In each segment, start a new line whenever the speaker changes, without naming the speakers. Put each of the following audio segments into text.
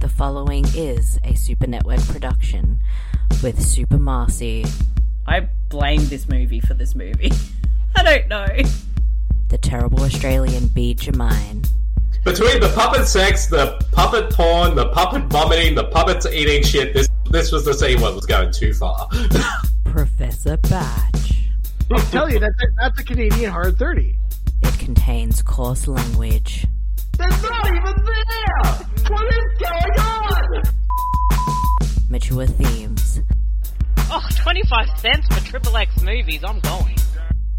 The following is a Super Network production with Super Marcy,
I blame this movie for this movie. I don't know.
the terrible Australian B. Jermine,
Between the puppet sex, the puppet porn, the puppet vomiting, the puppets eating shit, this this was the scene one was going too far.
Professor Batch.
I'll tell you, that's a, that's a Canadian hard 30.
It contains coarse language,
That's not even there! What is going on?
mature themes,
Oh, 25 cents for Triple X movies, I'm going.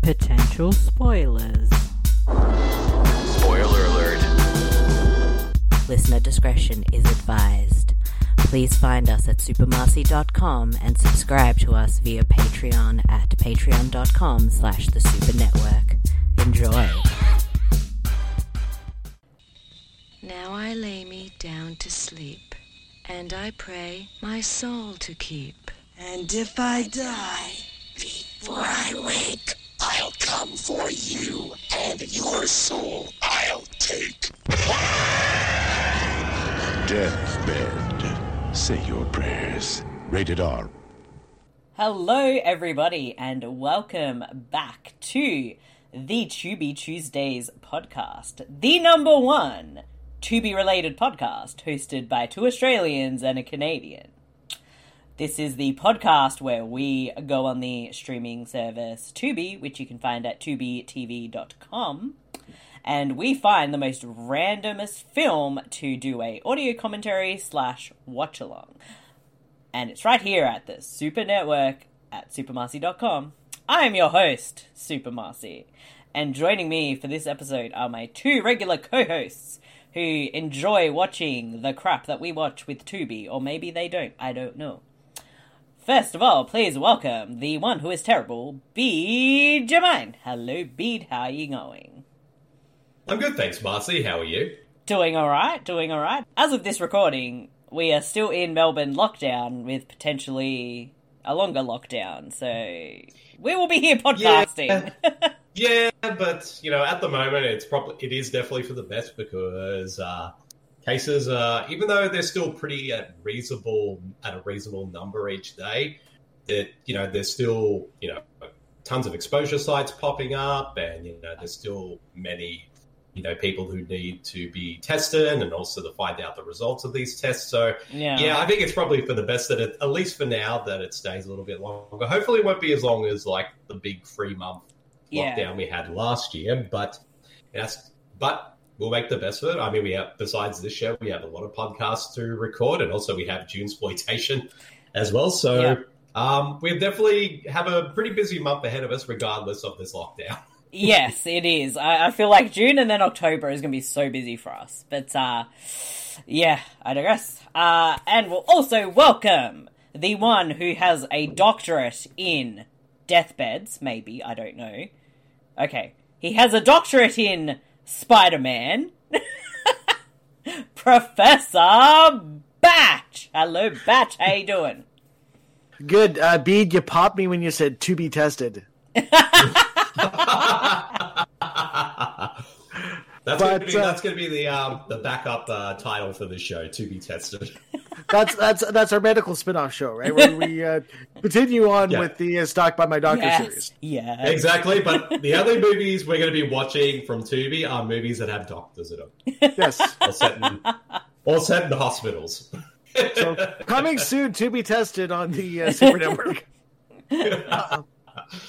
potential spoilers.
Spoiler alert.
Listener discretion is advised. Please find us at supermarcy.com and subscribe to us via Patreon at patreon.com slash the super network. Enjoy.
Now I lay me down to sleep, and I pray my soul to keep.
And if I die, before I wake, I'll come for you, and your soul I'll take. Deathbed. Say your prayers. Rated R.
Hello, everybody, and welcome back to the To Be Tuesdays podcast, the number one To Be related podcast hosted by two Australians and a Canadian. This is the podcast where we go on the streaming service Tubi, which you can find at tubetv.com, and we find the most randomest film to do a audio commentary slash watch along and it's right here at the Super Network at supermarcy.com. I am your host, Super Marcy, and joining me for this episode are my two regular co-hosts who enjoy watching the crap that we watch with Tubi, or maybe they don't, I don't know. First of all, please welcome the one who is terrible, Bede Jermaine. Hello, Bede, how are you going?
I'm good, thanks, Marcy. How are you?
Doing alright, doing alright. As of this recording, we are still in Melbourne lockdown with potentially a longer lockdown, so we will be here podcasting.
Yeah, but you know, at the moment, it's probably it is definitely for the best because uh, cases are even though they're still pretty at reasonable at a reasonable number each day, that you know there's still you know tons of exposure sites popping up, and you know there's still many you know people who need to be tested and also to find out the results of these tests. So
yeah.
yeah, I think it's probably for the best that it, at least for now that it stays a little bit longer. Hopefully, it won't be as long as like the big three month
Yeah.
lockdown we had last year. But that's but we'll make the best of it. I mean, we have besides this show, we have a lot of podcasts to record, and also we have June exploitation as well. So
Yeah.
um, we definitely have a pretty busy month ahead of us, regardless of this lockdown.
yes, it is. I, I feel like June and then October is going to be so busy for us. But uh, yeah, I digress. Uh, and we'll also welcome the one who has a doctorate in deathbeds, maybe, I don't know. Okay, he has a doctorate in Spider Man. Professor Batch! Hello, Batch, how you doing?
Good. Uh, Bede, you popped me when you said to be tested.
That's
But,
gonna be,
uh,
that's gonna be the um, the backup uh, title for this show to be tested.
That's that's that's our medical spin-off show, right? Where we uh, continue on
Yeah.
with the uh, Stock by My Doctor series.
Yes, yes.
Exactly, but the only movies we're going to be watching from Tubi are movies that have doctors in them,
Yes.
or set in, or set in the hospitals.
So coming soon to be tested on the uh, Super Network. Uh-oh.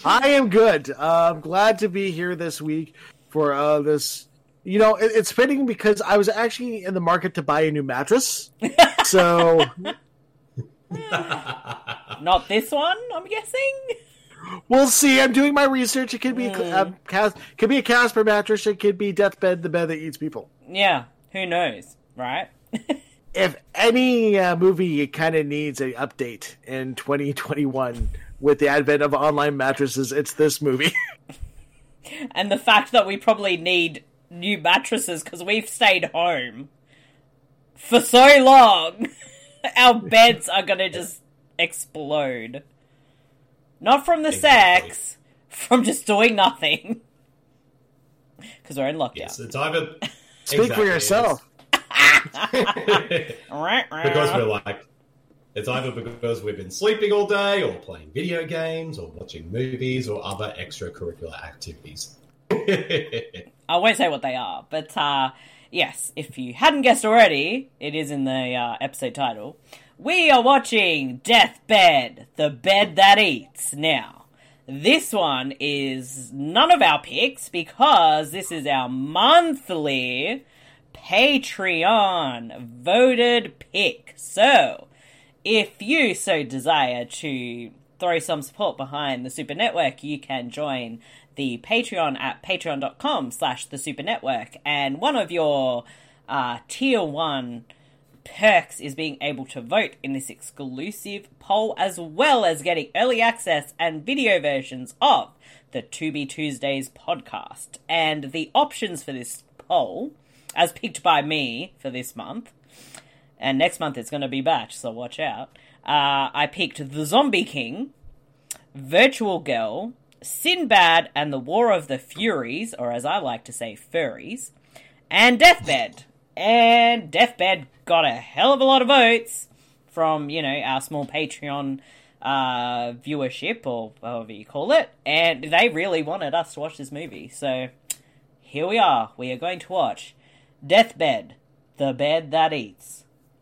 I am good. Uh, I'm glad to be here this week for uh, this. You know, it, it's fitting because I was actually in the market to buy a new mattress. So,
Not this one, I'm guessing?
We'll see. I'm doing my research. It could be
Mm.
um, cas- could be a Casper mattress. It could be deathbed, the bed that eats people.
Yeah, who knows, right?
If any uh, movie kind of needs an update in 2021 with the advent of online mattresses, it's this movie.
and the fact that we probably need new mattresses because we've stayed home for so long, our beds are gonna just explode. Not from the
Exactly.
sex, from just doing nothing. Because we're in lockdown.
Yes, it's either
Speak for
Exactly,
yourself.
because we're
because
Uh-huh.
like, it's either because we've been sleeping all day, or playing video games, or watching movies, or other extracurricular activities.
I won't say what they are, but uh, yes, if you hadn't guessed already, it is in the uh, episode title. We are watching Deathbed, the bed that eats. Now, this one is none of our picks because this is our monthly Patreon voted pick. So, if you so desire to throw some support behind the Super Network, you can join the Patreon at patreon.com slash the Super Network. And one of your uh, tier one perks is being able to vote in this exclusive poll as well as getting early access and video versions of the To Be Tuesdays podcast. And the options for this poll, as picked by me for this month, and next month it's going to be batch, so watch out. Uh, I picked The Zombie King, Virtual Girl, Sinbad and the War of the Furies, or as I like to say, Furries, and Deathbed. And Deathbed got a hell of a lot of votes from, you know, our small Patreon uh, viewership, or however you call it, and they really wanted us to watch this movie, so here we are. We are going to watch Deathbed, the bed that eats.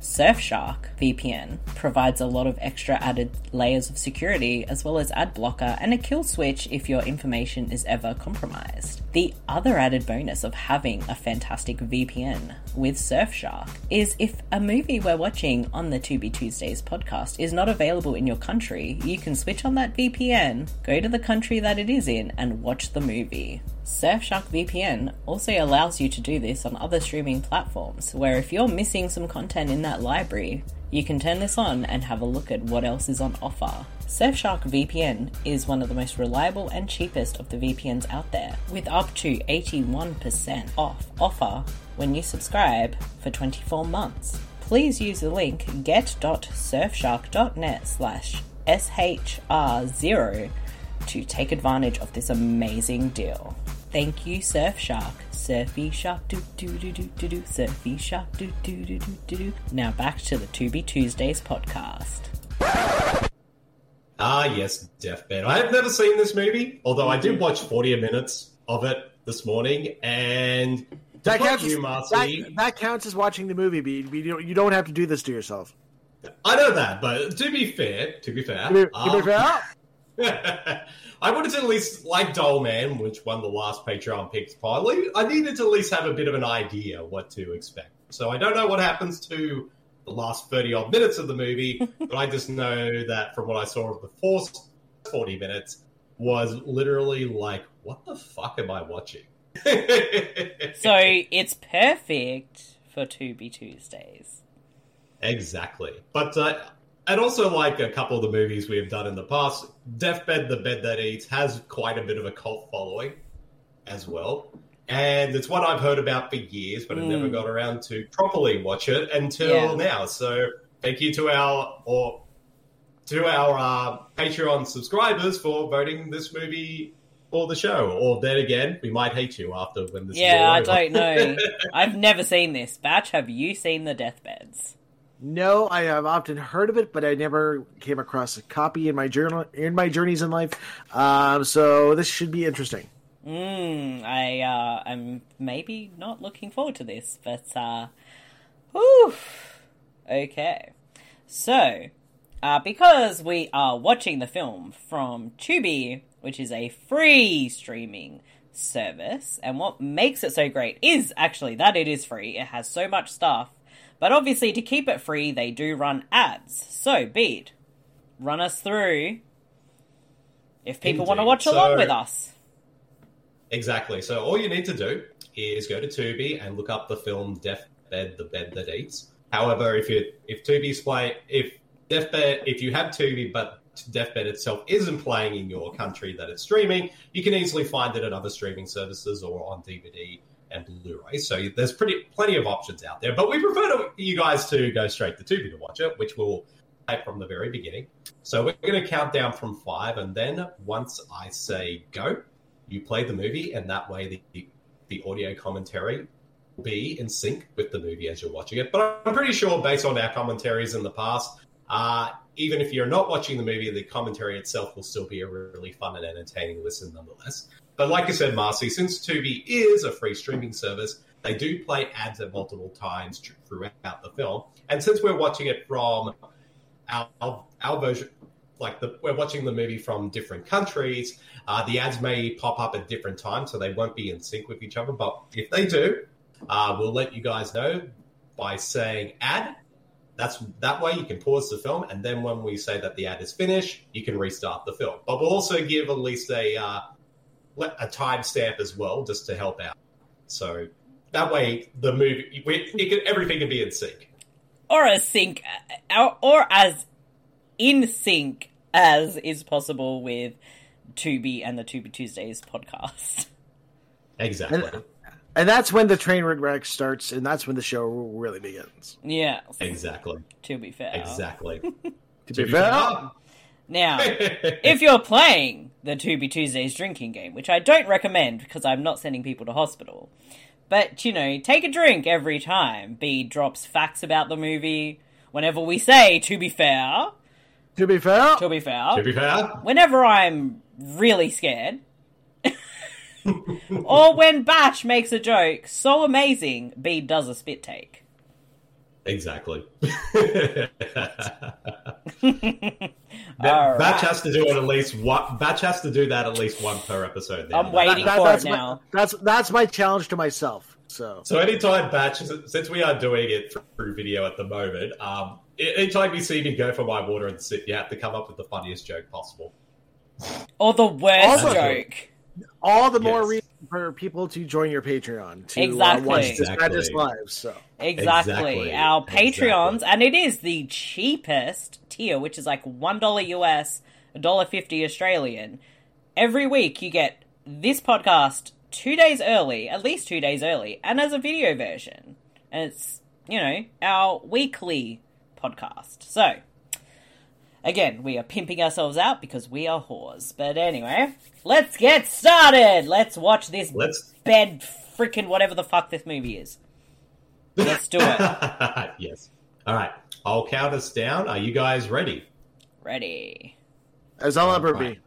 Surfshark VPN provides a lot of extra added layers of security, as well as ad blocker and a kill switch if your information is ever compromised. The other added bonus of having a fantastic VPN with Surfshark is if a movie we're watching on the To Be Tuesdays podcast is not available in your country, you can switch on that VPN, go to the country that it is in, and watch the movie. Surfshark VPN also allows you to do this on other streaming platforms, where if you're missing some content in that library, you can turn this on and have a look at what else is on offer. Surfshark VPN is one of the most reliable and cheapest of the VPNs out there, with up to 81% off offer when you subscribe for 24 months. Please use the link get.surfshark.net slash SHR0 to take advantage of this amazing deal. Thank you, Surfshark. Surfy Shark doo doo doo doo doo doo. Surfy Shark doo doo doo doo doo doo. Now back to the To Be Tuesdays podcast.
Ah, yes, Deathbed. I have never seen this movie, although I did watch 40 minutes of it this morning, and
That
fuck
counts,
you,
as,
Marcy.
that, that counts as watching the movie, B. You don't, you don't have to do this to yourself.
I know that, but to be fair, to be fair,
You- you
um,
prefer- oh,
I wanted to at least, like Dole Man, which won the last Patreon picks pile, I needed to at least have a bit of an idea what to expect. So I don't know what happens to the last 30 odd minutes of the movie, but I just know that from what I saw of the first 40 minutes was literally like, what the fuck am I watching?
So it's perfect for To Be Tuesdays.
Exactly. But uh, and also like a couple of the movies we have done in the past, Deathbed: The Bed That Eats has quite a bit of a cult following as well. And it's one I've heard about for years, but I never
Mm.
got around to properly watch it until
Yeah.
now. So thank you to our or to our uh, Patreon subscribers for voting this movie for the show. Or then again, we might hate you after when this.
yeah, I
is all over.
don't know. I've never seen this. Batch, have you seen the deathbeds?
No, I have often heard of it, but I never came across a copy in my journal in my journeys in life. Um, so this should be interesting.
Mm, I uh, I'm maybe not looking forward to this, but uh, whew, okay. So, uh, because we are watching the film from Tubi, which is a free streaming service, and what makes it so great is actually that it is free. It has so much stuff, but obviously to keep it free, they do run ads. So, Bede, run us through if people want to
Indeed.
watch along
So-
with us.
Exactly. So all you need to do is go to Tubi and look up the film Deathbed: The Bed That Eats. However, if you if Tubi's play if Deathbed if you have Tubi but Deathbed itself isn't playing in your country that it's streaming, you can easily find it at other streaming services or on DVD and Blu-ray. So there's pretty plenty of options out there. But we prefer to, you guys to go straight to Tubi to watch it, which will play from the very beginning. So we're going to count down from five, and then once I say go, you play the movie, and that way the the audio commentary will be in sync with the movie as you're watching it. But I'm pretty sure, based on our commentaries in the past, uh, even if you're not watching the movie, the commentary itself will still be a really fun and entertaining listen nonetheless. But like I said, Marcy, since Tubi is a free streaming service, they do play ads at multiple times throughout the film. And since we're watching it from our, our, our version, like the, we're watching the movie from different countries, uh, the ads may pop up at different times, so they won't be in sync with each other. But if they do, uh, we'll let you guys know by saying ad. That's that way you can pause the film, and then when we say that the ad is finished, you can restart the film. But we'll also give at least a uh, a timestamp as well, just to help out. So that way, the movie, we, can, everything can be in sync,
or a sync, or, or as in sync as is possible with Tubi and the Tubi Tuesdays podcast.
Exactly.
And, and that's when the train wreck starts, and that's when the show really begins.
Yeah,
Exactly.
to be fair.
Exactly.
To be fair,
Now, if you're playing the Tubi Tuesdays drinking game, which I don't recommend because I'm not sending people to hospital, but you know, take a drink every time B drops facts about the movie. Whenever we say to be fair,
to be fair,
to be fair,
To be fair,
whenever I'm really scared, or when Batch makes a joke so amazing, B does a spit take.
exactly.
All
Batch
right.
has to do it at least one. Batch has to do that at least one per episode. now.
I'm waiting
that-
for
that's
it
my-
now.
that's that's my challenge to myself. So
So anytime batch, since we are doing it through video at the moment, um, anytime you see me go for my water and sip, you have to come up with the funniest joke possible.
Or the worst
Also-
joke.
all the more
Yes.
reason for people to join your Patreon to
Exactly.
uh, watch this
Exactly.
madness live. So
Exactly.
Exactly.
Our Patreons,
Exactly.
and it is the cheapest tier, which is like $1 US, $1.50 Australian. Every week you get this podcast two days early, at least two days early, and as a video version. And it's, you know, our weekly podcast. So, again, we are pimping ourselves out because we are whores. But anyway, let's get started! Let's watch this
Let's.
bed freaking whatever the fuck this movie is. Let's do it.
yes. All right. I'll count us down. Are you guys ready?
Ready.
as I'll ever be.
Right.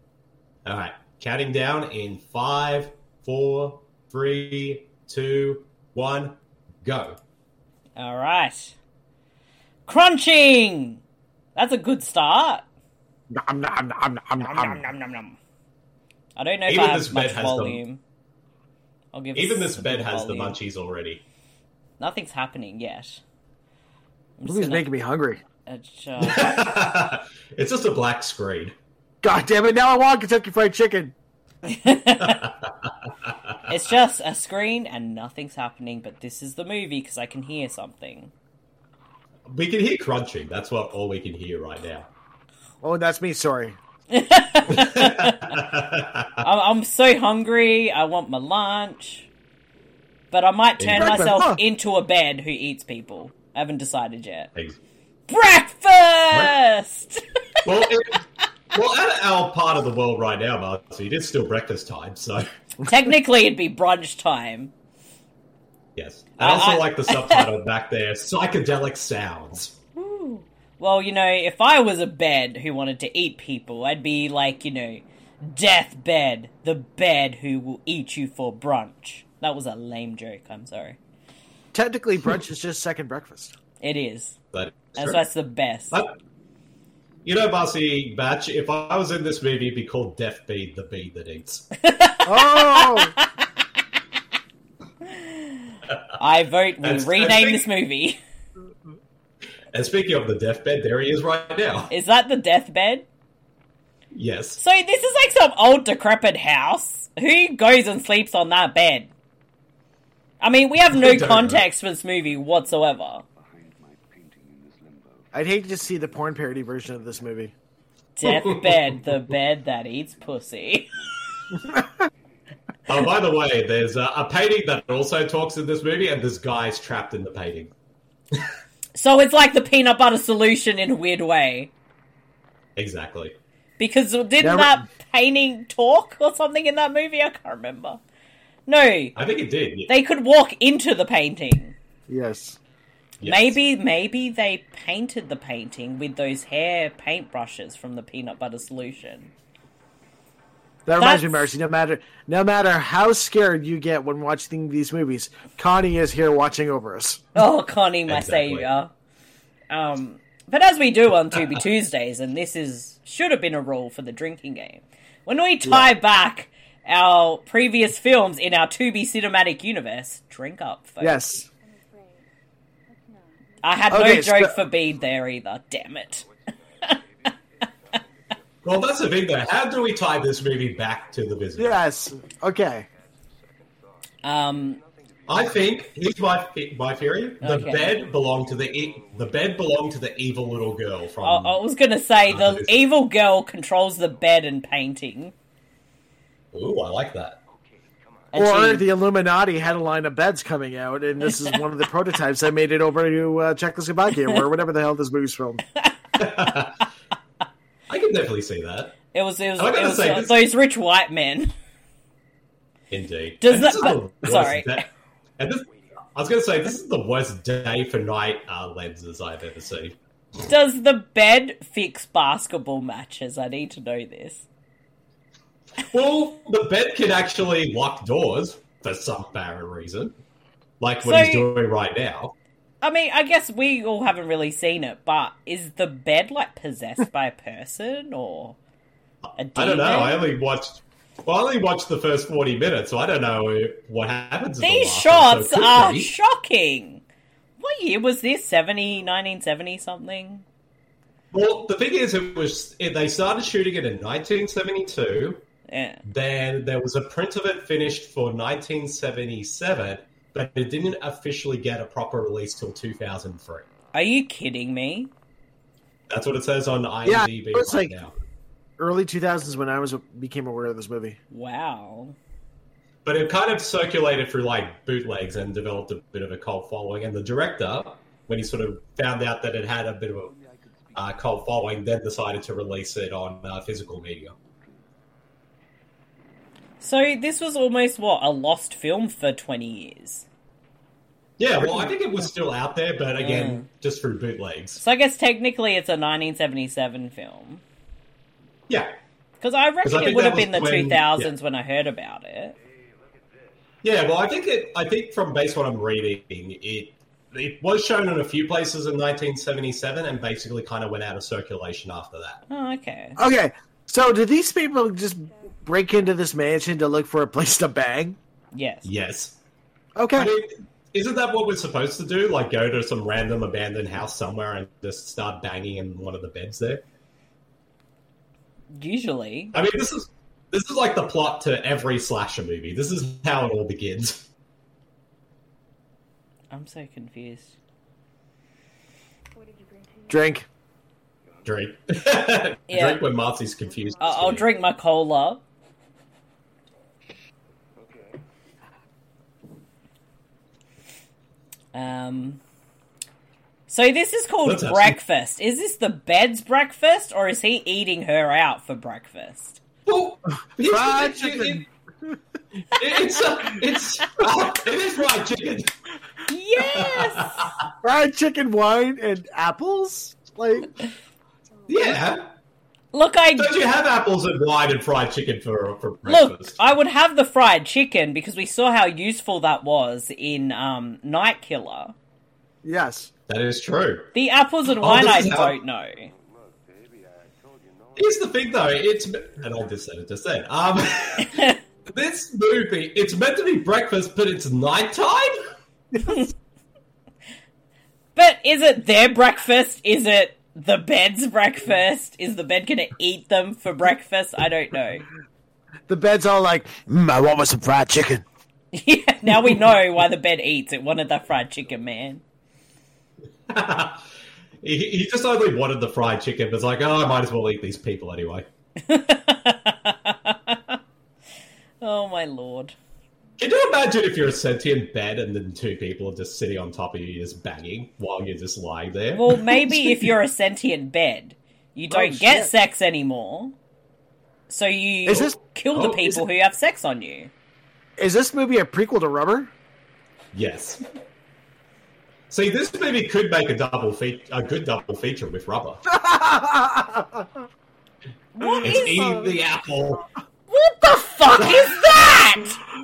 All right. Counting down in five, four, three, two, one, go.
All right. Crunching. That's a good start.
Nom, nom, nom, nom, nom,
Nom,
nom.
nom, nom, nom. I don't know if
Even
I
this
have
bed
much
has the-
volume. I'll give
Even
us
this
a
bed
bit of
has the
volume.
munchies already.
Nothing's happening yet. I'm
This is
just
making me hungry.
gonna- uh, ch-
it's just a black screen.
God damn it! Now I want Kentucky Fried Chicken.
it's just a screen and nothing's happening, but this is the movie because I can hear something.
We can hear crunching. That's what all we can hear right now.
Oh, that's me. Sorry.
I'm, I'm so hungry. I want my lunch. But I might turn
Breakfast,
myself
huh?
into a bed who eats people. I haven't decided yet.
Thanks.
Breakfast!
Well, it, well, at our part of the world right now, Marcy, it is still breakfast time. So,
Technically, it'd be brunch time.
yes. I also
Uh, I-
like the subtitle back there: psychedelic sounds.
Well, you know, if I was a bed who wanted to eat people, I'd be like, you know, death bed, the bed who will eat you for brunch. That was a lame joke, I'm sorry.
Technically, brunch is just second breakfast.
It is.
But
That's why it's the best.
But- you know, Marcy Batch, if I was in this movie, it'd be called Deaf Bee, the Bee That Eats.
Oh,
I vote we
That's- I
rename
think-
this movie.
and speaking of the deathbed, there he is right now.
Is that the deathbed?
Yes.
So this is like some old decrepit house. Who goes and sleeps on that bed? I mean, we have
I
no
don't know.
context for this movie whatsoever.
I'd hate to see the porn parody version of this movie.
Deathbed, the bed that eats pussy.
Oh, by the way, there's a, a painting that also talks in this movie, and this guy's trapped in the painting.
So it's like the peanut butter solution in a weird way.
Exactly.
Because didn't
Never-
that painting talk or something in that movie? I can't remember. No,
I think it did.
they could walk into the painting.
Yes.
Yes.
Maybe, maybe they painted the painting with those hair paintbrushes from the peanut butter solution.
That reminds me,
That's-
Mercy. No matter no matter how scared you get when watching these movies, Connie is here watching over us.
Oh, Connie, my
Exactly.
savior. Um, but as we do on Tubi Tuesdays, and this is should have been a rule for the drinking game, when we tie back our previous films in our Tubi cinematic universe, drink up, folks.
Yes.
I had no
Okay, so-
joke for Bede there either. Damn it.
Well, that's the thing, though. How do we tie this movie back to the visit?
Yes. Okay.
Um,
I think here's my fe- my theory: the
Okay.
bed belonged to the e- the bed belonged to the evil little girl from.
I, I was gonna say
Uh,
the
this-
evil girl controls the bed and painting. oh.
Ooh, I like that.
And
or
she-
the Illuminati had a line of beds coming out, and this is one of the prototypes that made it over to uh, Czechoslovakia or whatever the hell this movie's filmed.
I can definitely see that.
it was it was,
I
it
gotta
was
say,
uh,
this-
those rich white men.
Indeed.
Does
And
that-
this is the
but-
worst
sorry.
day- and this, I was going to say this is the worst day for night uh, lenses I've ever seen.
Does the bed fix basketball matches? I need to know this.
Well, the bed can actually lock doors for some barren reason, like what
So-
he's doing right now.
I mean, I guess we all haven't really seen it, but is the bed like possessed by a person or a demon?
I don't know. I only watched. Well, I only watched the first forty minutes, so I don't know what happens. in the
These
last
shots
episode. Could
are
be.
shocking. What year was this? 70, 1970 something?
Well, the thing is, it was it, they started shooting it in 1972.
Yeah.
Then there was a print of it finished for 1977, but it didn't officially get a proper release till 2003.
Are you kidding me?
That's what it says on
Yeah,
IMDb
it
right
was like-
now.
Early 2000s when I was became aware of this movie.
Wow.
But it kind of circulated through like bootlegs and developed a bit of a cult following. And the director, when he sort of found out that it had a bit of a uh, cult following, then decided to release it on uh, physical media.
So this was almost what a lost film for 20 years.
Yeah, well, I think it was still out there, but again, just through bootlegs.
So I guess technically it's a 1977 film.
Yeah.
Because I reckon
I
it
think
would
that
have been the
was when-
2000s when I heard about it.
Yeah, well, I think it. I think from based on what I'm reading, it it was shown in a few places in 1977, and basically kind of went out of circulation after that.
Oh, okay.
Okay, so did these people just break into this mansion to look for a place to bang?
Yes.
Yes, I
Okay,
mean, isn't that what we're supposed to do? Like, go to some random abandoned house somewhere and just start banging in one of the beds there.
Usually.
I mean, this is this is like the plot to every slasher movie. This is how it all begins.
I'm so confused.
drink.
Drink,
Yeah.
drink when Marcy's confused.
I- I'll drink my cola. Um. So this is called
That's actually-
breakfast. Is this the bed's breakfast, or is he eating her out for breakfast?
Well, here's the
Fried
thing,
chicken.
it- it- it's uh, it's it is fried chicken.
Yes.
Fried chicken, wine, and apples? Like,
Yeah,
Look, I
don't you have apples and wine and fried chicken for for
Look,
breakfast?
I would have the fried chicken because we saw how useful that was in um, Night Killer.
yes.
that is true.
The apples and wine,
Oh, this
I
is how-
don't know.
Here's the thing, though. It's and I just said it just then. Um, this movie it's meant to be breakfast, but it's nighttime.
But is it their breakfast? Is it the bed's breakfast? Is the bed going to eat them for breakfast? I don't know.
The bed's all like, mm, I want me some fried chicken.
yeah, now we know why the bed eats. It wanted that fried chicken, man.
He, he just only wanted the fried chicken, but it's like, oh, I might as well eat these people anyway.
oh my lord.
Can you imagine if you're a sentient bed and then two people are just sitting on top of you, just banging while you're just lying there?
Well, maybe if you're a sentient bed, you don't
Oh,
get
shit.
sex anymore. So you
Is this-
kill the
Oh, is
people who have sex on you.
Is this movie a prequel to Rubber?
yes. See, this movie could make a double feature, a good double feature with rubber.
What
It's
E
is
eating the apple.
What the fuck is that?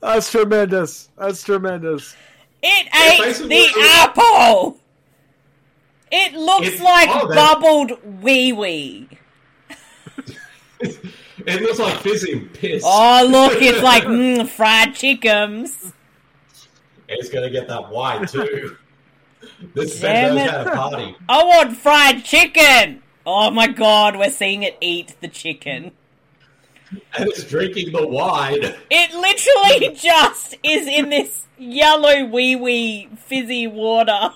That's tremendous. That's tremendous.
It ate
basically-
the apple. It looks
It-
like
oh, that-
bubbled wee wee.
It looks like fizzing piss.
Oh look, it's like mm, fried chickens.
It's gonna get that wine too. This
Damn
bed knows
it.
how to party.
I want fried chicken. Oh my god, we're seeing it eat the chicken.
And it's drinking the wine.
It literally just is in this yellow wee wee fizzy water.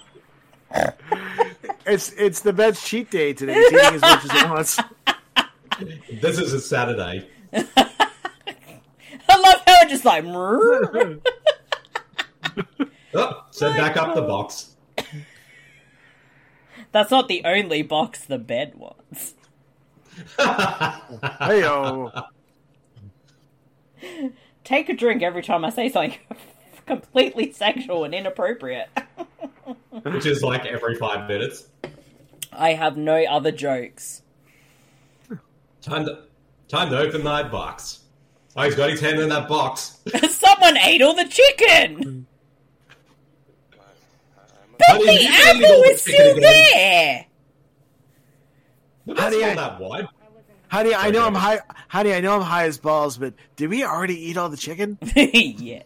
It's it's the best cheat day today. It's eating as much as it wants.
This is a Saturday.
I love how it just like. "Mrrr."
Oh, so back up the box.
That's not the only box the bed wants.
Hey yo.
Take a drink every time I say something completely sexual and inappropriate.
Which is like every five minutes.
I have no other jokes.
Time to time to open that box. Oh, he's got his hand in that box.
Someone ate all the chicken.
Hmm. But
The apple is still there.
How do you that wine?
Honey, I know I'm high honey, I know I'm high as balls, but did we already eat all the chicken?
yes.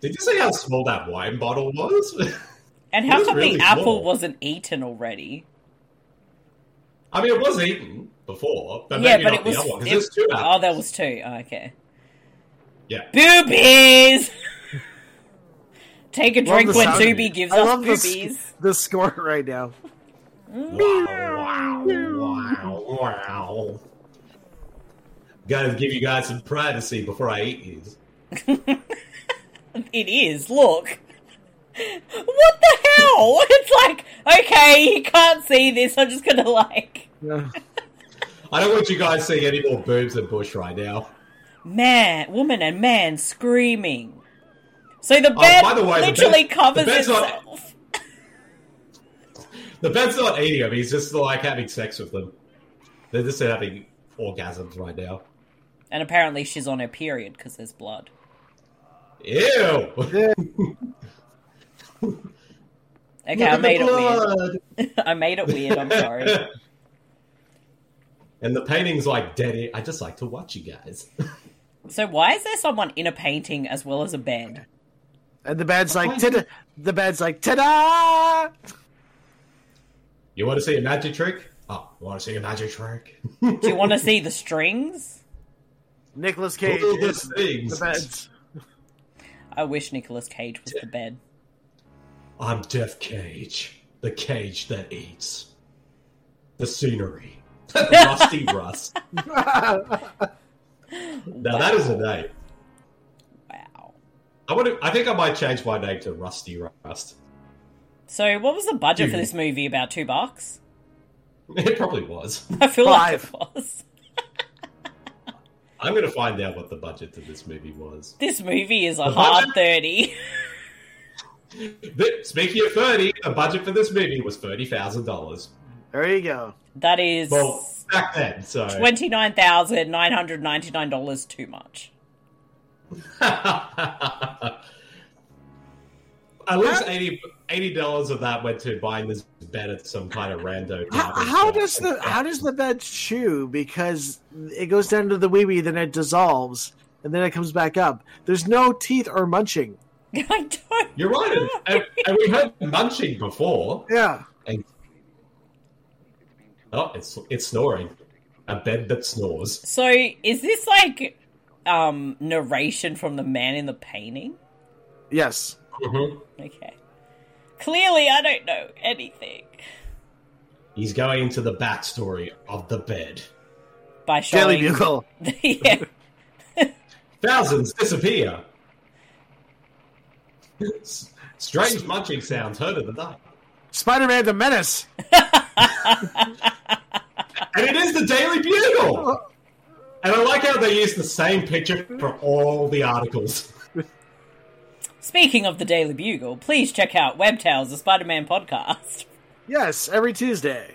Did you see how small that wine bottle was?
And how
was
come
really
the apple
small.
wasn't eaten already?
I mean, it was eaten before, but
yeah,
maybe
but
not
it was.
the other one. 'cause
it-
there's two
oh,
apples.
there was two. Oh, okay.
Yeah.
Boobies. Take a
Love
drink
the
when
sound of
Tubi
it.
gives
I
us
love the, s-
boobies.
the score right now.
Wow! Wow! Wow! Gotta give you guys some privacy before I eat these.
It is. Look. What the hell? It's like okay, you can't see this. I'm just gonna like.
Yeah.
I don't want you guys seeing any more boobs and bush right now.
man, woman and man screaming. So the
Oh,
bed
by the way, the
literally
bed-
covers
the bed's not-
itself.
The bed's not eating him; he's just like having sex with them. They're just having orgasms right now.
And apparently she's on her period because there's blood.
Ew!
Okay,
Look
I
at the
made it weird.
blood.
I made it weird. I'm sorry.
And the painting's like dead. I just like to watch you guys.
so why is there someone in a painting as well as a bed?
And the bed's like ta the bed's like ta da
You want to see a magic trick? Oh, you want to see a magic trick?
Do you want to see the strings?
Nicholas Cage
All the
is the
things.
bed's
I wish Nicolas Cage was the bed.
I'm Death Cage, the cage that eats the scenery. Rusty Rust. now that is a name.
Wow.
I want to, I think I might change my name to Rusty Rust.
So what was the budget for this movie? About two bucks?
It probably was.
I feel like it
Five.
was.
I'm going to find out what the budget to this movie was.
This movie is a
The
hard thirty.
budget? Th- Speaking of thirty, the budget for this movie was thirty thousand dollars.
There you go.
That is
Well, back then, so
twenty nine thousand nine hundred ninety nine dollars too much.
at least eighty eighty dollars of that went to buying this bed at some kind of rando.
How,
garbage
how
shop.
does the how does the bed chew? Because it goes down to the wee wee, then it dissolves, and then it comes back up. There's no teeth or munching.
I don't.
You're right, and, and we heard munching before.
Yeah,
And, oh, it's it's snoring. A bed that snores.
So is this like um narration from the man in the painting?
yes.
Mhm.
Okay. Clearly, I don't know anything.
He's going into the backstory of the bed.
By
Daily
showing,
Bugle.
yeah,
Thousands disappear. S- Strange munching sounds heard of the night.
Spider Man the Menace.
And it is the Daily Bugle! And I like how they use the same picture for all the articles.
Speaking of the Daily Bugle, please check out Web Tales, the Spider Man podcast.
Yes, every Tuesday.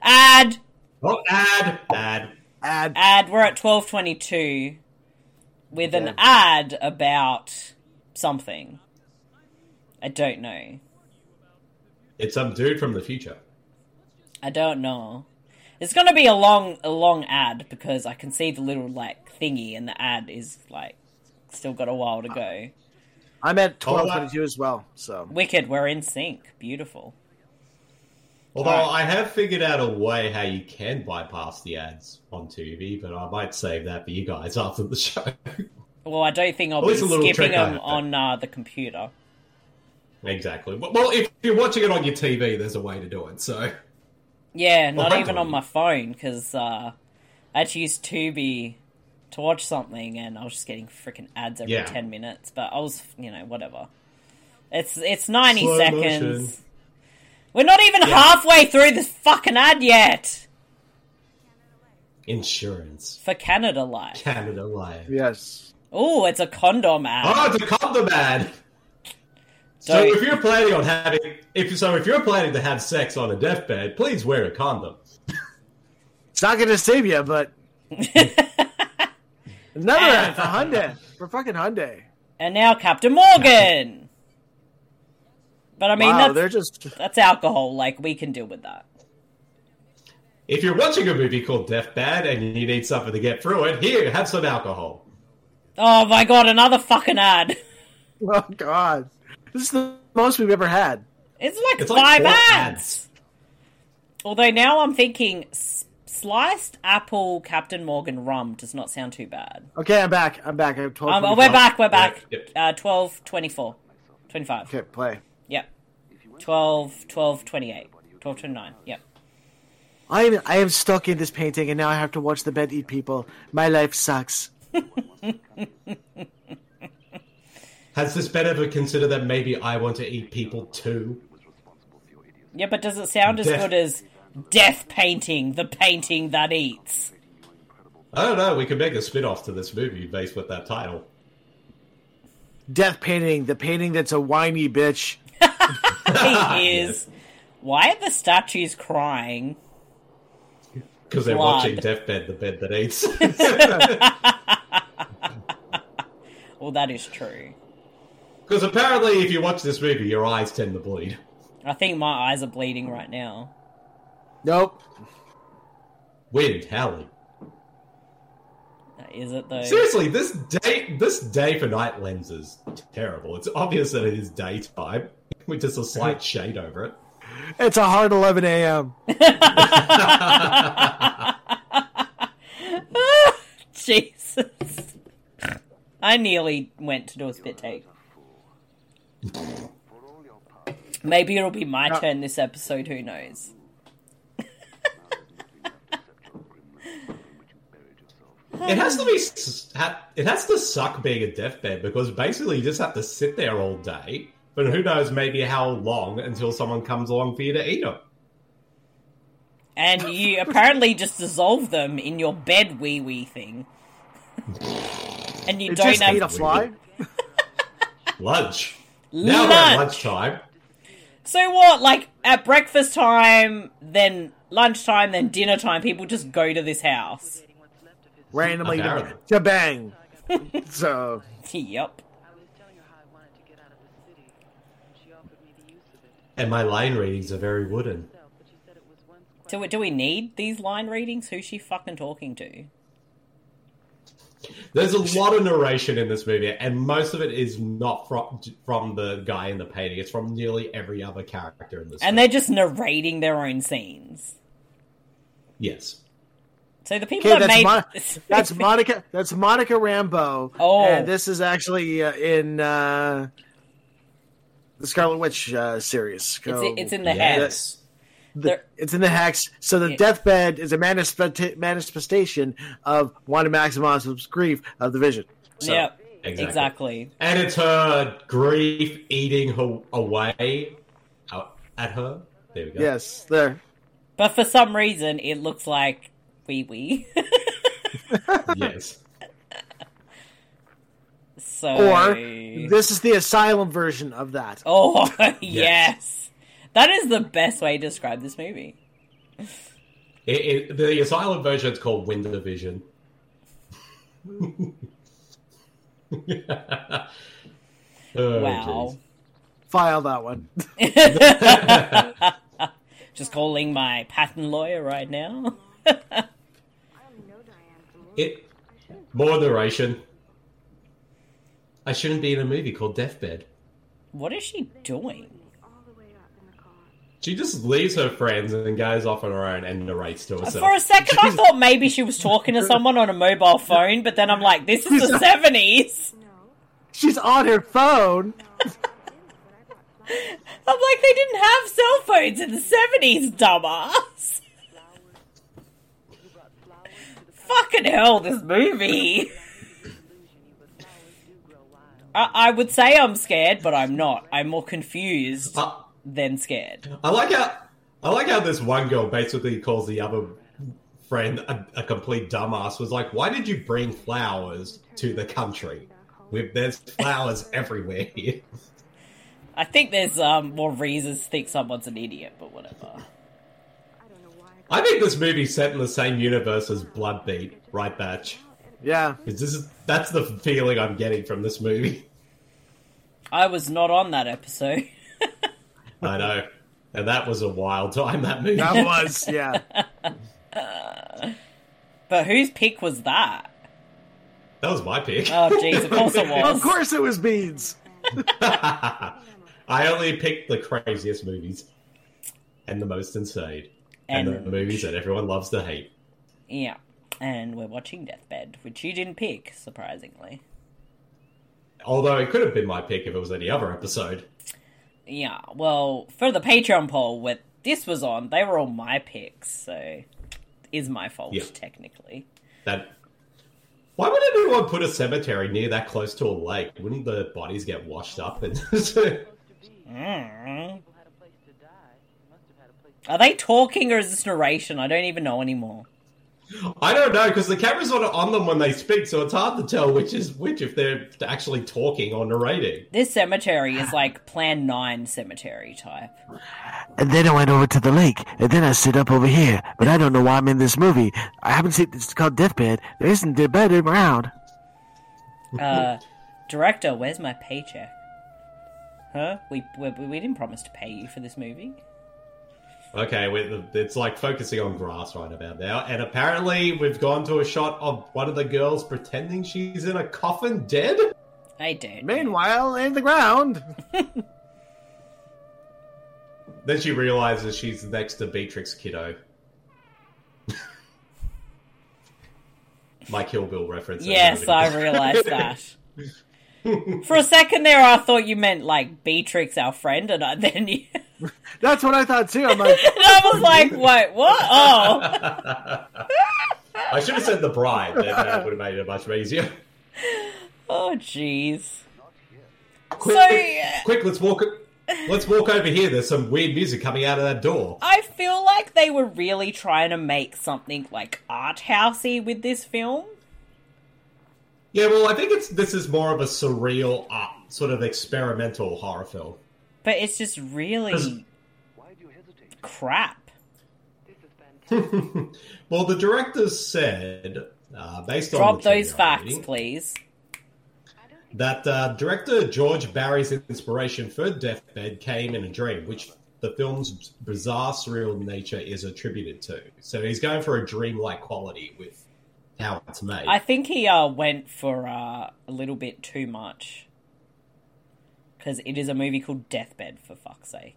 Ad,
Oh, ad, ad.
Ad.
ad, we're at 1222 with an ad about something. I don't know.
It's some dude from the future.
I don't know. It's gonna be a long, a long ad because I can see the little like thingy, and the ad is like still got a while to go.
I'm at
Oh, wow.
1222 as well. So
Wicked, we're in sync. Beautiful.
Although
Alright.
I have figured out a way how you can bypass the ads on TV, but I might save that for you guys after the show.
Well, I don't think I'll
Well,
be
it's a little
skipping
trick I
them
have.
on uh, the computer.
exactly. Well, if you're watching it on your TV, there's a way to do it. So
Yeah,
Well,
not
hang
even
on.
on my phone because uh, I had to use Tubi to watch something, and I was just getting freaking ads every
Yeah.
ten minutes. But I was, you know, whatever. It's it's ninety
Slow
seconds.
motion.
We're not even halfway through this fucking ad yet
insurance,
for Canada Life.
Canada Life.
yes,
Oh, it's a condom ad.
Oh, it's a condom ad. So
Don't-
if you're planning on having, if so, if you're planning to have sex on a deathbed, please wear a condom.
it's not going to save you, but another
Eh.
ad for Hyundai for fucking Hyundai.
And now Captain Morgan. But I mean,
wow,
that's
they're just
that's alcohol. Like we can deal with that.
If you're watching a movie called Deathbed and you need something to get through it, here, have some alcohol.
Oh my god, another fucking ad.
oh god. This is the most we've ever had.
It's like
It's like
five
four
ads.
ads.
Although now I'm thinking s- sliced apple Captain Morgan rum does not sound too bad.
Okay, I'm back. I'm back. I'm twelve.
Um, we're back. We're back.
Yep.
Uh, 12, 24, 25.
Okay, play.
Yep. 12, 12, 28, 12, 29. Yep.
I am I am stuck in this painting, and now I have to watch the bed eat people. My life sucks.
Has this bed ever considered that maybe I want to eat people too?
Yeah, but does it sound as
Death-
good as Death Painting, the painting that eats?
I don't know. We could make a spin off to this movie based with that title.
Death painting, the painting that's a whiny bitch.
He is. Why are the statues crying?
Because they're
Blood.
watching Deathbed, the bed that eats.
Well, that is true.
Because apparently, if you watch this movie, your eyes tend to bleed.
I think my eyes are bleeding right now.
Nope.
Wind, howling.
Is it though?
Seriously, this day, this day for night lens is terrible. It's obvious that it is daytime with just a slight shade over it.
It's a hard eleven AM.
Jesus. I nearly went to do a spit take. Maybe it'll be my turn this episode, who knows?
It has
Hmm.
to be. s- ha- It has to suck being a deathbed because basically you just have to sit there all day. But who knows? Maybe how long until someone comes along for you to eat them.
And you apparently just dissolve them in your bed wee wee thing. and you
It
don't
just
have
ate a fly.
Lunch. Now we're at
Lunch.
lunchtime.
So what, like at breakfast time, then lunchtime, then dinner time, people just go to this house.
Randomly
Apparently.
to bang. so
Yep.
And my line readings are very wooden.
So do we need these line readings? Who's she fucking talking to?
There's a lot of narration in this movie, and most of it is not from from the guy in the painting. It's from nearly every other character in this.
And
film.
they're just narrating their own scenes.
yes,
So So the people
Okay,
that
that's
made
Mon- that's Monica. That's Monica Rambeau.
Oh.
and this is actually uh, in uh, the Scarlet Witch uh, series.
it's,
So-
it's in the head.
yes.
the-
There-
it's in the hex. So the
Yeah.
deathbed is a manifest- manifestation of Wanda Maximoff's grief of the Vision. So,
yeah,
Exactly.
exactly.
And it's her grief eating her away out at her. There we go.
Yes, there.
But for some reason, it looks like wee wee.
Yes.
so
Or this is the asylum version of that.
oh yes. that is the best way to describe this movie.
It, it, the asylum version is called Window Vision. Oh,
wow,
File that one.
just calling my patent lawyer right now.
It more narration. I shouldn't be in a movie called Deathbed.
What is she doing?
She just leaves her friends and goes off on her own and narrates to herself.
For a second, I thought maybe she was talking to someone on a mobile phone, but then I'm like, this is the seventies.
She's on her phone.
I'm like, they didn't have cell phones in the seventies, dumbass. Fucking hell, this movie. I, I would say I'm scared, but I'm not. I'm more confused
I,
than scared.
I like how I like how this one girl basically calls the other friend a, a complete dumbass. Was like, why did you bring flowers to the country? We, there's flowers everywhere here.
I think there's um, more reasons to think someone's an idiot, but whatever.
I think this movie's set in the same universe as Bloodbeat, right, Batch?
Yeah.
Because this is that's the feeling I'm getting from this movie.
I was not on that episode.
I know, and that was a wild time. That movie.
That was, yeah.
But whose pick was that?
That was my pick.
Oh, jeez, of course it was.
Of course it was beans.
I only picked the craziest movies and the most insane, and,
And-
the movies that everyone loves to hate.
Yeah. And we're watching Deathbed, which you didn't pick, surprisingly.
Although it could have been my pick if it was any other episode.
Yeah, well, for the Patreon poll where this was on, they were all my picks, so is my fault
Yeah.
technically.
That why would anyone put a cemetery near that close to a lake? Wouldn't the bodies get washed up? And
Mm. Are they talking or is this narration? I don't even know anymore.
I don't know because the camera's not on them when they speak, so it's hard to tell which is which if they're actually talking or narrating.
This cemetery is like Plan 9 cemetery type.
And then I went over to the lake, and then I sit up over here. But I don't know why I'm in this movie. I haven't seen it's called Deathbed. There isn't a bed around.
Uh, director, where's my paycheck? Huh? We, we, we didn't promise to pay you for this movie.
Okay, we it's like focusing on grass right about now, and apparently we've gone to a shot of one of the girls pretending she's in a coffin dead.
I don't.
Meanwhile, in the ground.
Then she realizes she's next to Beatrix Kiddo. My Kill Bill reference.
Yes, I realized that. For a second there, I thought you meant like Beatrix, our friend, and I, then you, and
That's what I thought too. I'm like,
I was like, "Wait, what? Oh,
I should have said the bride. Then that would have made it much easier.
oh, jeez."
Quick,
So-
quick, let's walk. Let's walk over here. There's some weird music coming out of that door.
I feel like they were really trying to make something like art housey with this film.
Yeah, well, I think it's this is more of a surreal, uh, sort of experimental horror film.
But it's just really crap.
Well, the director said, uh, based on
Drop
the
those
trivia I'm
facts,
reading,
please.
that uh, director George Barry's inspiration for Deathbed came in a dream, which the film's bizarre surreal nature is attributed to. So he's going for a dreamlike quality with how it's made.
I think he uh, went for uh, a little bit too much because it is a movie called Deathbed, for fuck's sake.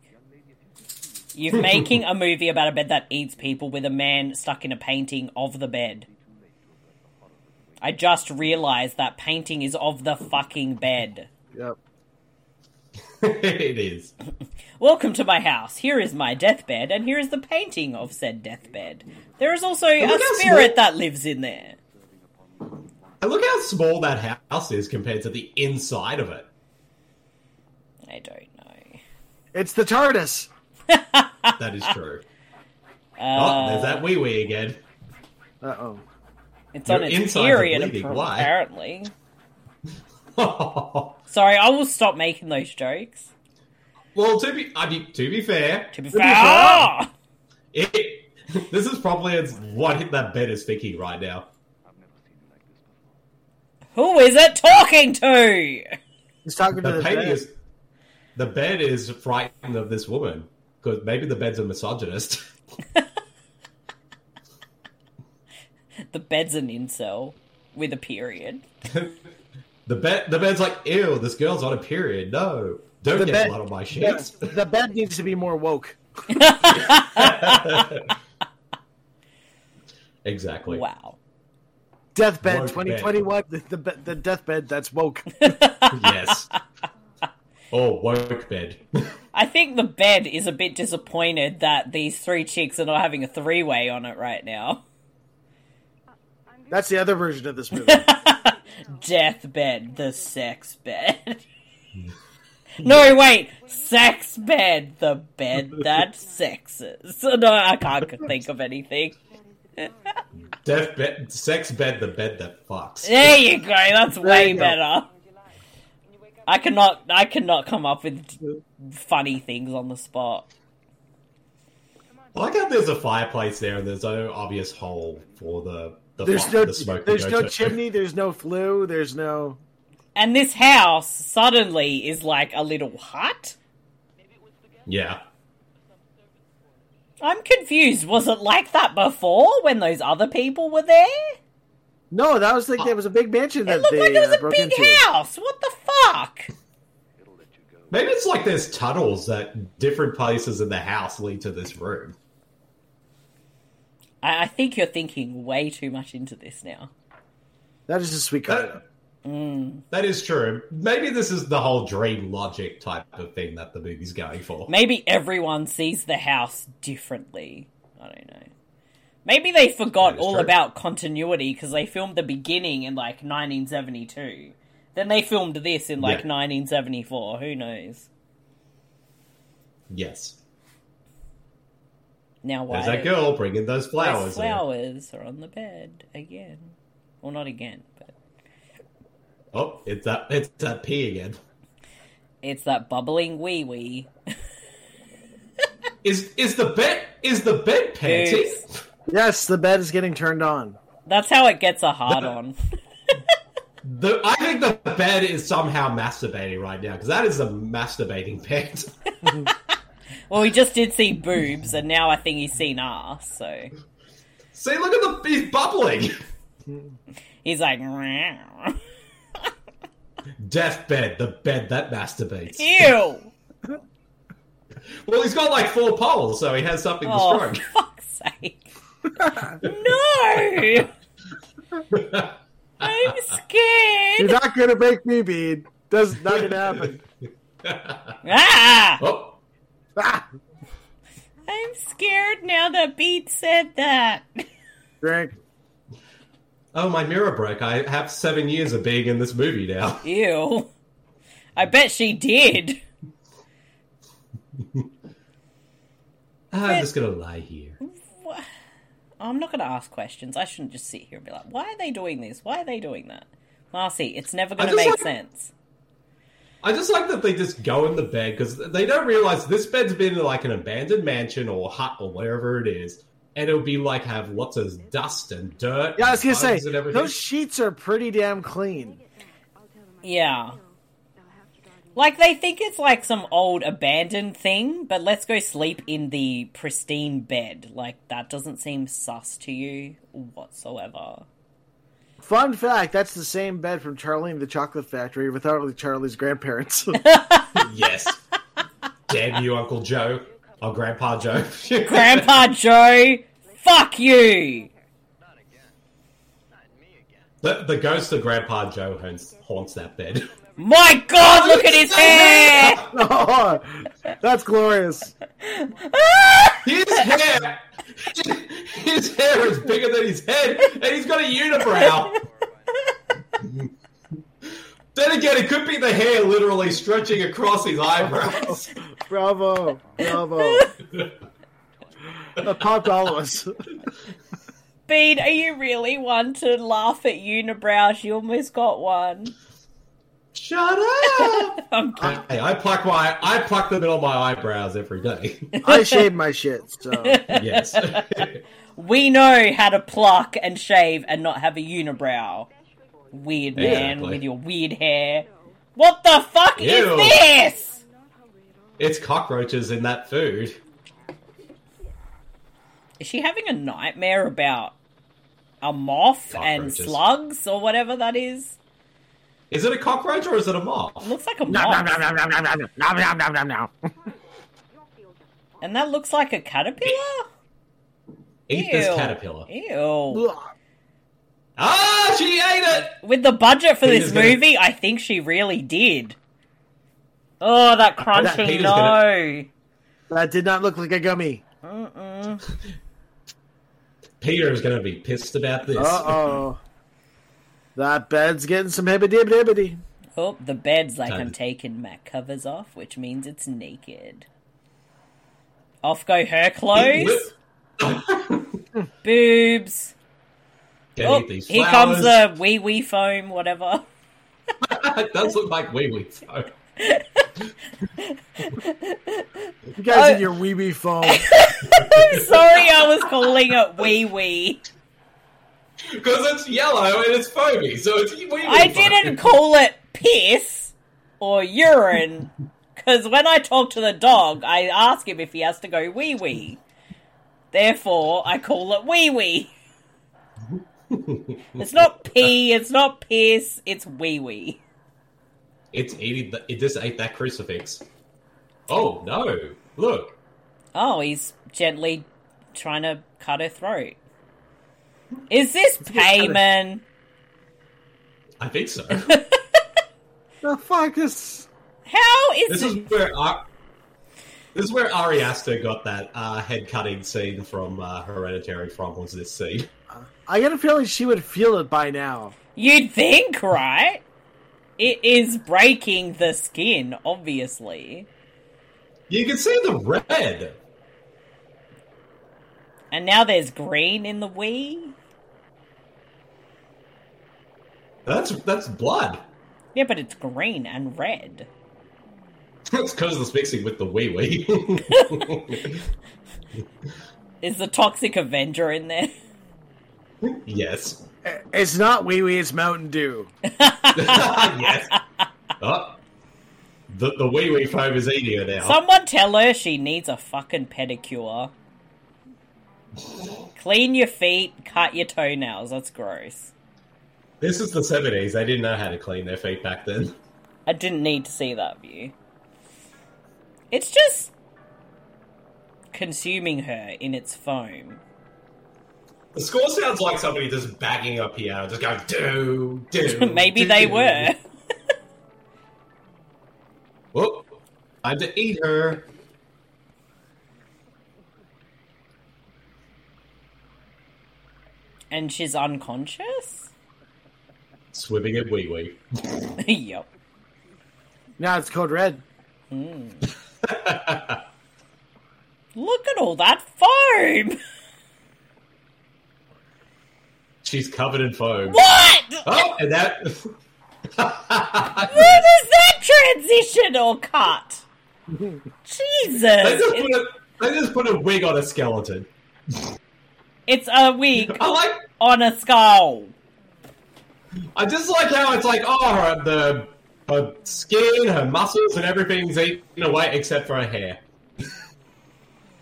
You're making a movie about a bed that eats people with a man stuck in a painting of the bed. I just realized that painting is of the fucking bed.
Yep.
it is.
Welcome to my house. Here is my deathbed, and here is the painting of said deathbed. There is also a
look how
spirit
small-
that lives in there.
And look how small that house is compared to the inside of it.
I don't know.
It's the TARDIS.
That is true. oh, there's that wee wee again.
Uh oh.
It's
Your
on its
insides are
period,
bleeding.
appar-
Why?
apparently.
well,
Sorry, I will stop making those jokes.
to be I mean, to be fair,
To be fair. Ah!
it, this is probably it's what that bed is thinking right now.
Who is it talking to?
He's talking to
The
the
painting
bed.
is the bed is frightened of this woman because maybe the bed's a misogynist.
The bed's an incel with a period.
The bed the bed's like, ew, this girl's on a period. No, don't
The
get
bed-
blood on my
Yeah,
sheets.
the bed needs to be more woke.
exactly.
Wow.
Deathbed
Woke
2021. The, the, be- the deathbed that's woke.
Yes. oh, woke bed.
I think the bed is a bit disappointed that these three chicks are not having a three way on it right now.
That's the other version of this movie.
Deathbed, the sex bed. no, wait. Sex bed, the bed that sexes. No, I can't think of anything.
Death bed, sex bed, the bed that fucks.
There you go. That's way
you go.
better. I cannot. I cannot come up with funny things on the spot.
I like how there's a fireplace there and there's no obvious hole for the the,
There's
fu-
no
the smoke. to
there's
go
no
to.
chimney. There's no flue. There's no.
And this house suddenly is like a little hut.
Yeah.
I'm confused. Was it like that before when those other people were there?
No, that was like there was a big mansion that
It looked
they
like it was
uh,
a
broke
big
into.
house. What the fuck?
Maybe it's like there's tunnels that different places in the house lead to this room.
I, I think you're thinking way too much into this now.
That is a sweet car.
That,
Mm.
that is true. Maybe this is the whole dream logic type of thing that the movie's going for.
Maybe everyone sees the house differently. I don't know. Maybe they forgot
That is
all
true.
about continuity because they filmed the beginning in like 1972. Then they filmed this in like
Yeah.
1974. Who knows?
Yes.
Now why
There's that girl bringing those
those
flowers. in.
flowers are on the bed again? Well, not again, but
Oh, it's that it's that pee again.
it's that bubbling wee wee.
Is is the bed is the bed panting?
Yes.
Yes, the bed is getting turned on.
That's how it gets a hard on.
The, I think the bed is somehow masturbating right now because that is a masturbating pant.
well, we just did see boobs, and now I think he's seen ass. So
See, look at the he's bubbling.
he's like, "Meow."
Deathbed, the bed that masturbates.
ew.
Well, he's got like four poles, so he has something to
Oh,
stroke.
fuck's sake. no! I'm
You're
scared!
not gonna make me bead. That's not gonna happen.
Ah!
Oh,
Ah,
I'm scared now that Beat said that.
drink.
oh, my mirror broke. I have seven years of being in this movie now.
Ew. I bet she did.
I'm just gonna lie here.
I'm not going to ask questions. I shouldn't just sit here and be like, why are they doing this? Why are they doing that? Marcy, it's never going to
just
make
like-
sense.
I just like that they just go in the bed because they don't realize this bed's been in like an abandoned mansion or hut or wherever it is, and it'll be like have lots of dust and dirt.
Yeah, I was gonna
and
say
bugs and everything.
those sheets are pretty damn clean.
Yeah. Like they think it's like some old abandoned thing, but let's go sleep in the pristine bed. Like that doesn't seem sus to you whatsoever.
Fun fact: that's the same bed from Charlie and the Chocolate Factory without Charlie's grandparents.
yes. Damn you, Uncle Joe. Oh, Grandpa Joe.
Grandpa Joe, fuck you!
the, the ghost of Grandpa Joe haunts, haunts that bed.
My God, look at his hair!
That's glorious.
His hair, his hair is bigger than his head, and he's got a unibrow. then again, it could be the hair literally stretching across his eyebrows.
Bravo. Bravo. That popped all of us.
Bean, are you really one to laugh at unibrows? You almost got one.
Shut up!
I'm
I, hey, I pluck my I pluck the middle of my eyebrows every day.
I shave my shit, so
yes.
We know how to pluck and shave and not have a unibrow. Weird man
Exactly.
with your weird hair. What the fuck
Ew.
is this?
it's cockroaches in that food.
Is she having a nightmare about a moth and
Cockroaches.
slugs or whatever that is?
Is it a cockroach or is it a moth?
Looks like a
Nom, nom,
moth.
nom, nom, nom, nom, nom, nom, nom, nom, nom, nom.
And that looks like a caterpillar?
Eat this caterpillar.
Ew.
Ah, she ate it.
With the budget for this
Peter's gonna-
movie, I think she really did. Oh, that crunchy
Peter's
no.
gonna-
that did not look like a gummy.
Peter is going to be pissed about this.
Uh oh. That bed's getting some hibbity hibbity.
Oh, the bed's like
Time
I'm
to-
taking my covers off, which means it's naked. Off go her clothes, boobs.
Gotta
Oh,
eat these
here
flowers.
comes the wee wee foam, whatever.
It does look like wee wee foam.
You guys
Oh.
in your weeby phone.
Sorry, I was calling it wee wee.
Because it's yellow and it's foamy, so it's wee wee
I
foam.
didn't call it piss or urine because when I talk to the dog, I ask him if he has to go wee wee. Therefore, I call it wee wee. It's not pee, it's not piss, it's wee wee.
It's eating. The, it just ate that crucifix. Oh no! Look,
Oh, he's gently trying to cut her throat. Is this payment?
I think so.
the fuck is
How is
this is
it?
where Ar- this is where Ari Aster got that uh, head cutting scene from uh, Hereditary. From was this scene?
I got a feeling she would feel it by now.
You'd think, right? It is breaking the skin, obviously.
You can see the red.
And now there's green in the wee.
That's that's blood.
Yeah, but it's green and red.
It's because it's mixing with the wee wee.
Is the Toxic Avenger in there?
yes,
It's not wee wee, it's Mountain Dew.
yes. Oh. The the wee wee foam is eating her now.
Someone tell her she needs a fucking pedicure. Clean your feet, cut your toenails. That's gross.
This is the seventies. They didn't know how to clean their feet back then.
I didn't need to see that view. It's just consuming her in its foam.
The score sounds like somebody just banging a piano, just going do do.
Maybe
do."
they were.
Whoop! Time to eat her.
And she's unconscious?
Swimming in wee wee.
yep.
Now it's code red.
Look at all that foam!
She's covered in foam.
What?
Oh, and that.
Where does that transition or cut? Jesus!
they just put
It-
a they just put a wig on a skeleton.
It's a wig
I like.
on a skull.
I just like how it's like oh her, the her skin, her muscles, and everything's eaten away except for her hair.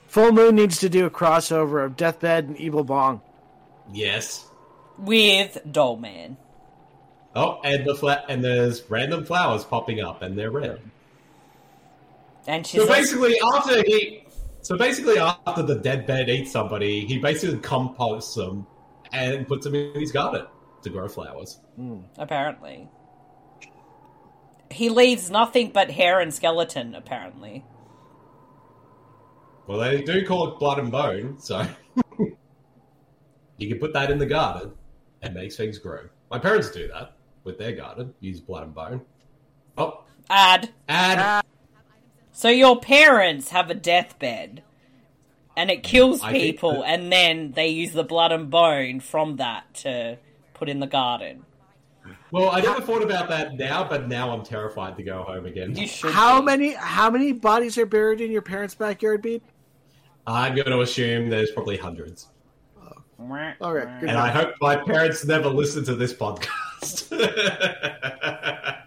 Full Moon needs to do a crossover of Deathbed and Evil Bong.
Yes.
With Doll Man.
Oh, and the flat and there's random flowers popping up, and they're red.
And she's
So
like,
basically, after he So basically, after the dead bed eats somebody, he basically composts them and puts them in his garden to grow flowers.
apparently. He leaves nothing but hair and skeleton, apparently.
Well, they do call it blood and bone, so you can put that in the garden and makes things grow. My parents do that with their garden, use blood and bone. Oh,
Ad.
and
So your parents have a deathbed and it kills
I think
people
that-
and then they use the blood and bone from that to put in the garden.
well, I never thought about that now, but now I'm terrified to go home again.
You should
How
be.
many how many bodies are buried in your parents' backyard, Beat?
I'm going to assume there's probably hundreds,
All right, good
and I hope my parents never listen to this podcast.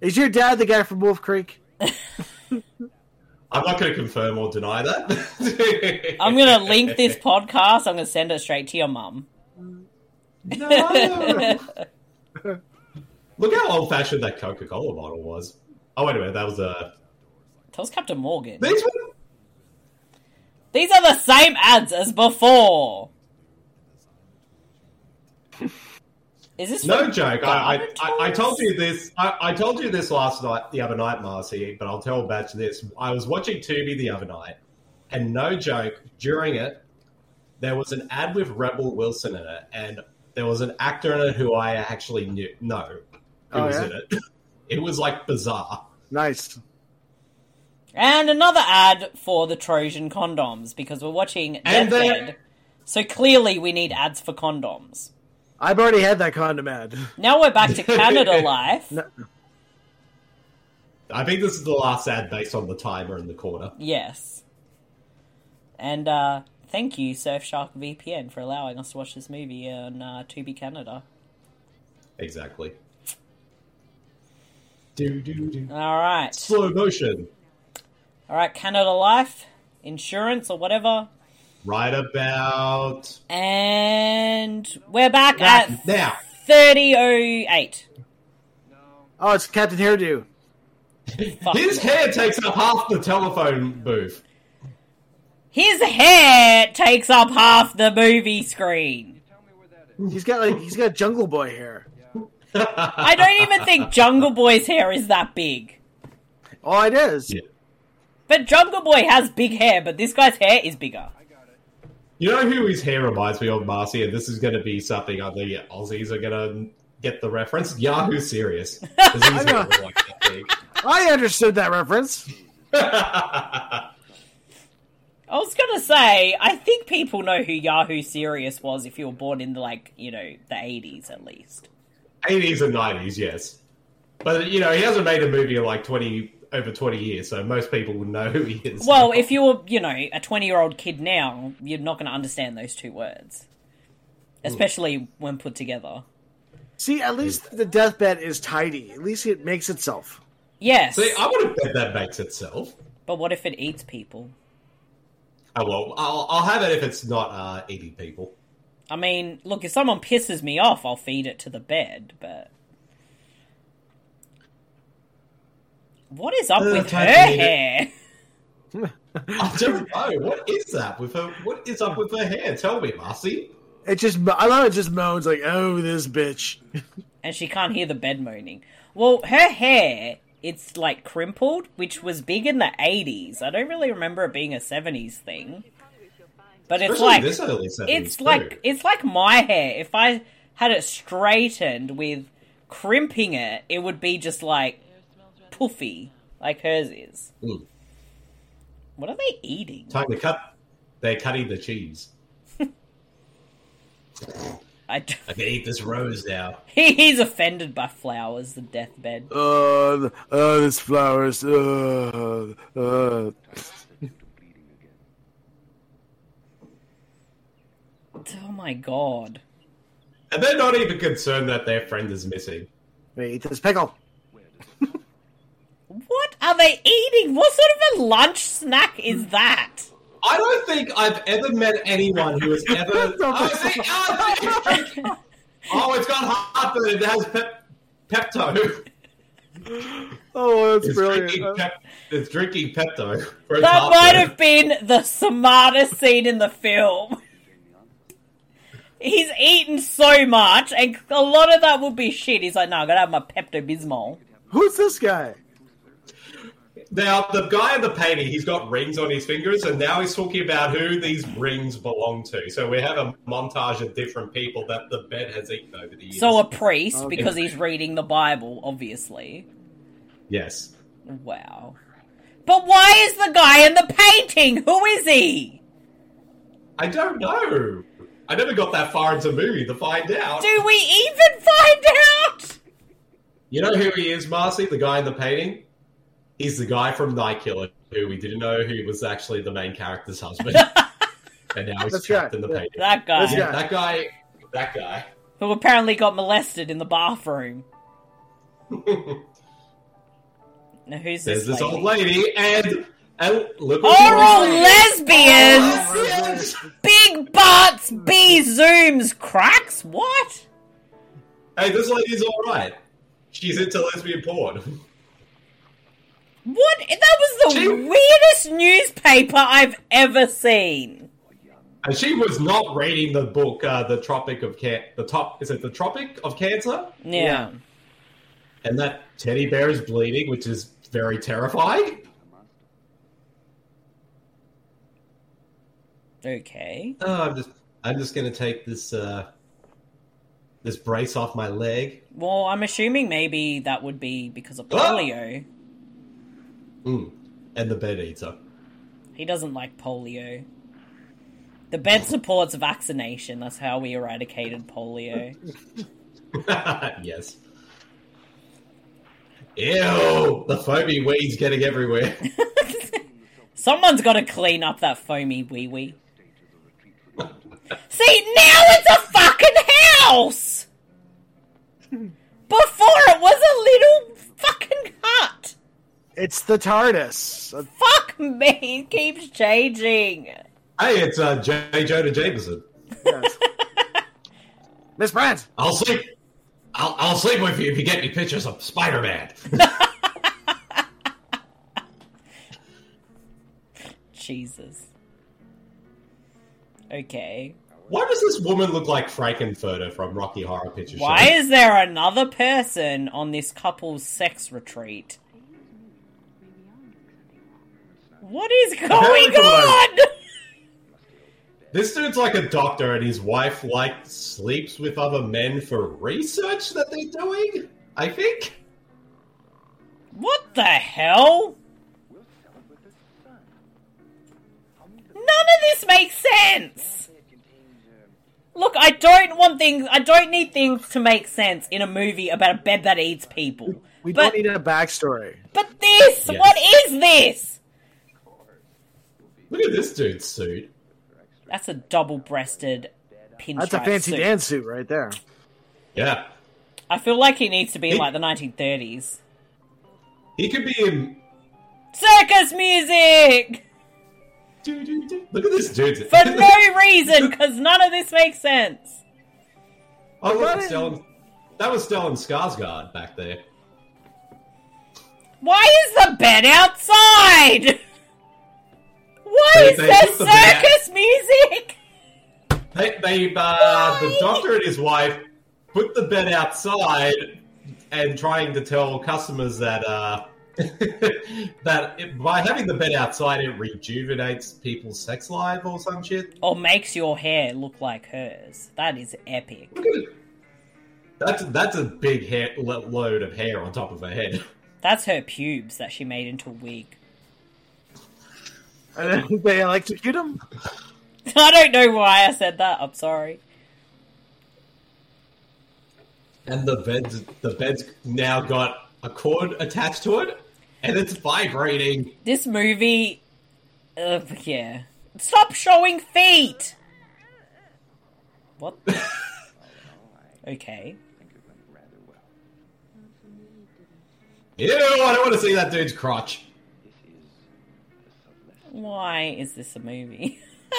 Is your dad the guy from Wolf Creek?
I'm not going to confirm or deny that.
I'm gonna link this podcast, I'm gonna send it straight to your mum.
No. Look how old fashioned that Coca Cola bottle was. Oh, wait a minute. That was a.
That was Captain Morgan.
These were.
These are the same ads as before. Is this
No
from
joke. I, I,
Garden
I, I told
Tours?
you this. I, I told you this last night, the other night, Marcy. But I'll tell Batch this. I was watching Tubi the other night, and no joke. During it, there was an ad with Rebel Wilson in it, and there was an actor in it who I actually knew. No, who
Oh,
was
yeah?
in it? It was like bizarre.
Nice.
And another ad for the Trojan condoms because we're watching
And
Deathbed.
then-
So clearly we need ads for condoms.
I've already had that condom ad.
Now we're back to Canada life.
No.
I think this is the last ad based on the timer in the corner.
Yes. And uh, thank you, Surfshark VPN, for allowing us to watch this movie on uh, Tubi Canada.
Exactly. Do do do.
All right.
Slow motion.
All right, Canada Life, insurance or whatever.
Right about
And we're back at
now.
3008.
Oh, it's Captain Hairdo.
Fuck.
His hair takes up half the telephone booth.
His hair takes up half the movie screen.
He's got like he's got Jungle Boy hair.
I don't even think Jungle Boy's hair is that big.
Oh, it is.
Yeah.
But Jungle Boy has big hair, but this guy's hair is bigger.
You know who his hair reminds me of, Marcy, and this is going to be something I think Aussies are going to get the reference. Yahoo Serious. 'Cause his hair
know.
was like that big.
I understood that reference.
I was gonna say, I think people know who Yahoo Serious was if you were born in the, like, you know, the 80s at least.
80s and 90s, yes. But you know, he hasn't made a movie in like 20 over 20 years, so most people would know who he is.
Well, if you were, you know, a 20 year old kid now, you're not gonna understand those two words. Especially when put together.
See, at least the deathbed is tidy. At least it makes itself.
Yes.
See, I would have bet that makes itself.
But what if it eats people?
Oh well, I'll, I'll have it if it's not uh, eating people.
I mean, look, if someone pisses me off, I'll feed it to the bed, but. What is up
Uh,
with her
time to eat it.
hair?
I don't know what is that with her. What is up with her hair? Tell me, Marcy.
It just mo- I love it. Just moans like, "Oh, this bitch."
And she can't hear the bed moaning. Well, her hair, it's like crimpled, which was big in the 80s. I don't really remember it being a 70s thing. But it's
Especially
like.
this early 70s
it's
too.
like it's like my hair. If I had it straightened with crimping it, it would be just like poofy, like hers is.
Mm.
What are they eating?
time to cut. They're cutting the cheese.
I d-
I can eat this rose now.
he's offended by flowers, the deathbed.
Uh, th- uh, this flowers. Uh, uh.
Oh my god.
And they're not even concerned that their friend is missing.
May I eat this pickle.
What are they eating? What sort of a lunch snack is that?
I don't think I've ever met anyone who has ever.
That's not
oh,
the-
see, oh, see. Oh, it's got heartburn. It has pep- Pepto.
Oh, that's
It's
brilliant.
drinking, pep- it's drinking Pepto. for his
That might
heartburn.
have been the smartest scene in the film. He's eaten so much, and a lot of that would be shit. He's like, no, I gotta have my Pepto Bismol.
Who's this guy?
Now, the guy in the painting, he's got rings on his fingers, and now he's talking about who these rings belong to. So we have a montage of different people that the bed has eaten over the years.
So um, a priest, because he's reading the Bible, obviously.
yes.
Wow. But why is the guy in the painting? Who is he?
I don't know. I never got that far into the movie to find out.
Do we even find out?
You know who he is, Marcy? The guy in the painting? He's the guy from Night Killer, who we didn't know who was actually the main character's husband. and now he's
That's
trapped
right.
in the
Yeah.
painting.
That guy,
This
Yeah, that guy. That guy.
who apparently got molested in the bathroom. now, who's this,
There's this
lady?
old lady, and, and look what she
Oral
wants.
lesbians!
Yes!
Big butts, B zooms, cracks? What?
Hey, this lady's all right. She's into lesbian porn.
What? That was the
She-
weirdest newspaper I've ever seen.
And she was not reading the book, uh, The Tropic of Can- the top is it The Tropic of Cancer?
Yeah.
And that teddy bear is bleeding, which is very terrifying.
Okay.
Oh, I'm just I'm just gonna take this uh, this brace off my leg.
Well, I'm assuming maybe that would be because of
Oh!
polio.
Mm. And the bed eats her.
He doesn't like polio. The bed supports vaccination. That's how we eradicated polio.
yes. Ew! The foamy weed's getting everywhere.
Someone's got to clean up that foamy wee wee. See, now it's a fucking house! Before it was a little fucking hut!
It's the TARDIS. Uh,
Fuck me, it keeps changing.
hey, it's uh, J. Jonah Jameson.
Yes. Miss Brent.
I'll sleep. I'll, I'll sleep with you if you get me pictures of Spider Man.
Jesus. Okay.
Why does this woman look like Frankenfurter from Rocky Horror Picture Show?
Why is there another person on this couple's sex retreat? What is going
Apparently
on?
This dude's like a doctor, and his wife like sleeps with other men for research that they're doing. I think.
What the hell? None of this makes sense. Look, I don't want things. I don't need things to make sense in a movie about a bed that eats people.
We
but
don't need a backstory.
but this,
Yes.
what is this?
Look at this dude's suit.
That's a double-breasted pinstripe
That's a fancy
suit.
dance suit right there.
Yeah,
I feel like he needs to be in
He-
like the 1930s.
he could be in.
Circus music
Look at this dude's.
for no reason because none of this makes sense.
oh, look, it's Stellan. That was Stellan Skarsgård back there.
Why is the bed outside? Why
They-
is
they
there
put the bed
circus music?
They, they uh,
Why?
the doctor and his wife put the bed outside and trying to tell customers that uh, that it, by having the bed outside it rejuvenates people's sex life or some shit.
Or makes your hair look like hers. That is epic.
Look at it. That's that's a big hair, lo- load of hair on top of her head.
That's her pubes that she made into a wig.
And then they electrocute him.
I don't know why I said that. I'm sorry.
And the bed's the bed's now got a cord attached to it, and it's vibrating.
This movie. Uh, yeah. Stop showing feet! What? the- okay.
Ew! I don't want to see that dude's crotch.
Why is this a movie?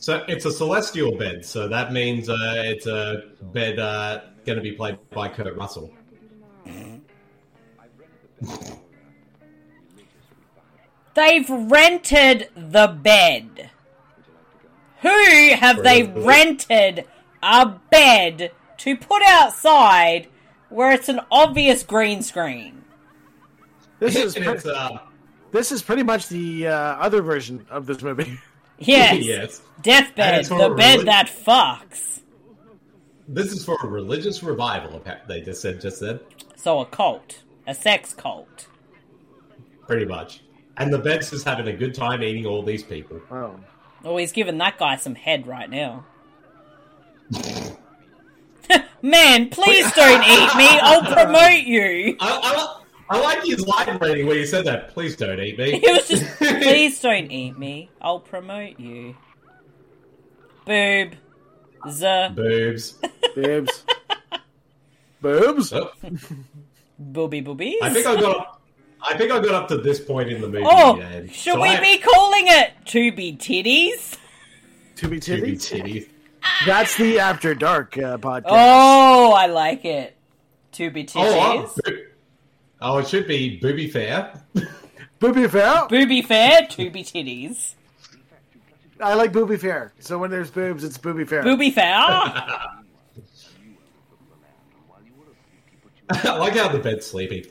So it's a celestial bed, so that means uh, it's a bed uh, going to be played by Kurt Russell.
They've rented the bed. Who have they rented a bed to put outside where it's an obvious green screen?
This is
And
pre-
it's, uh,
this is pretty much the uh, other version of this movie.
Yes.
yes. And
Deathbed,
it's
the
horrible.
bed that fucks.
This is for a religious revival, apparently, they just said, just said.
So a cult, a sex cult.
Pretty much. And the bed's just having a good time eating all these people.
Oh,
Oh, he's giving that guy some head right now. Man, please don't eat me. I'll promote you.
I, I, I like his line reading where you said that. Please don't eat me.
He was just, please don't eat me. I'll promote you. Boob. Z.
Boobs.
boobs, boobs.
Oh,
Booby boobies.
I think I got. Up, I think I got up to this point in the movie.
Oh,
and
should
so
we
I-
be calling it to be titties?
To be
to be
titties.
titty?
That's the After Dark uh, podcast.
Oh, I like it. To be
Oh, I'm
titties.
boob- oh, it should be booby fair.
Booby Fair.
Booby fair, to be titties.
I like Booby Fair. So when there's boobs, it's Booby Fair.
Booby fair.
I like how the bed's sleeping.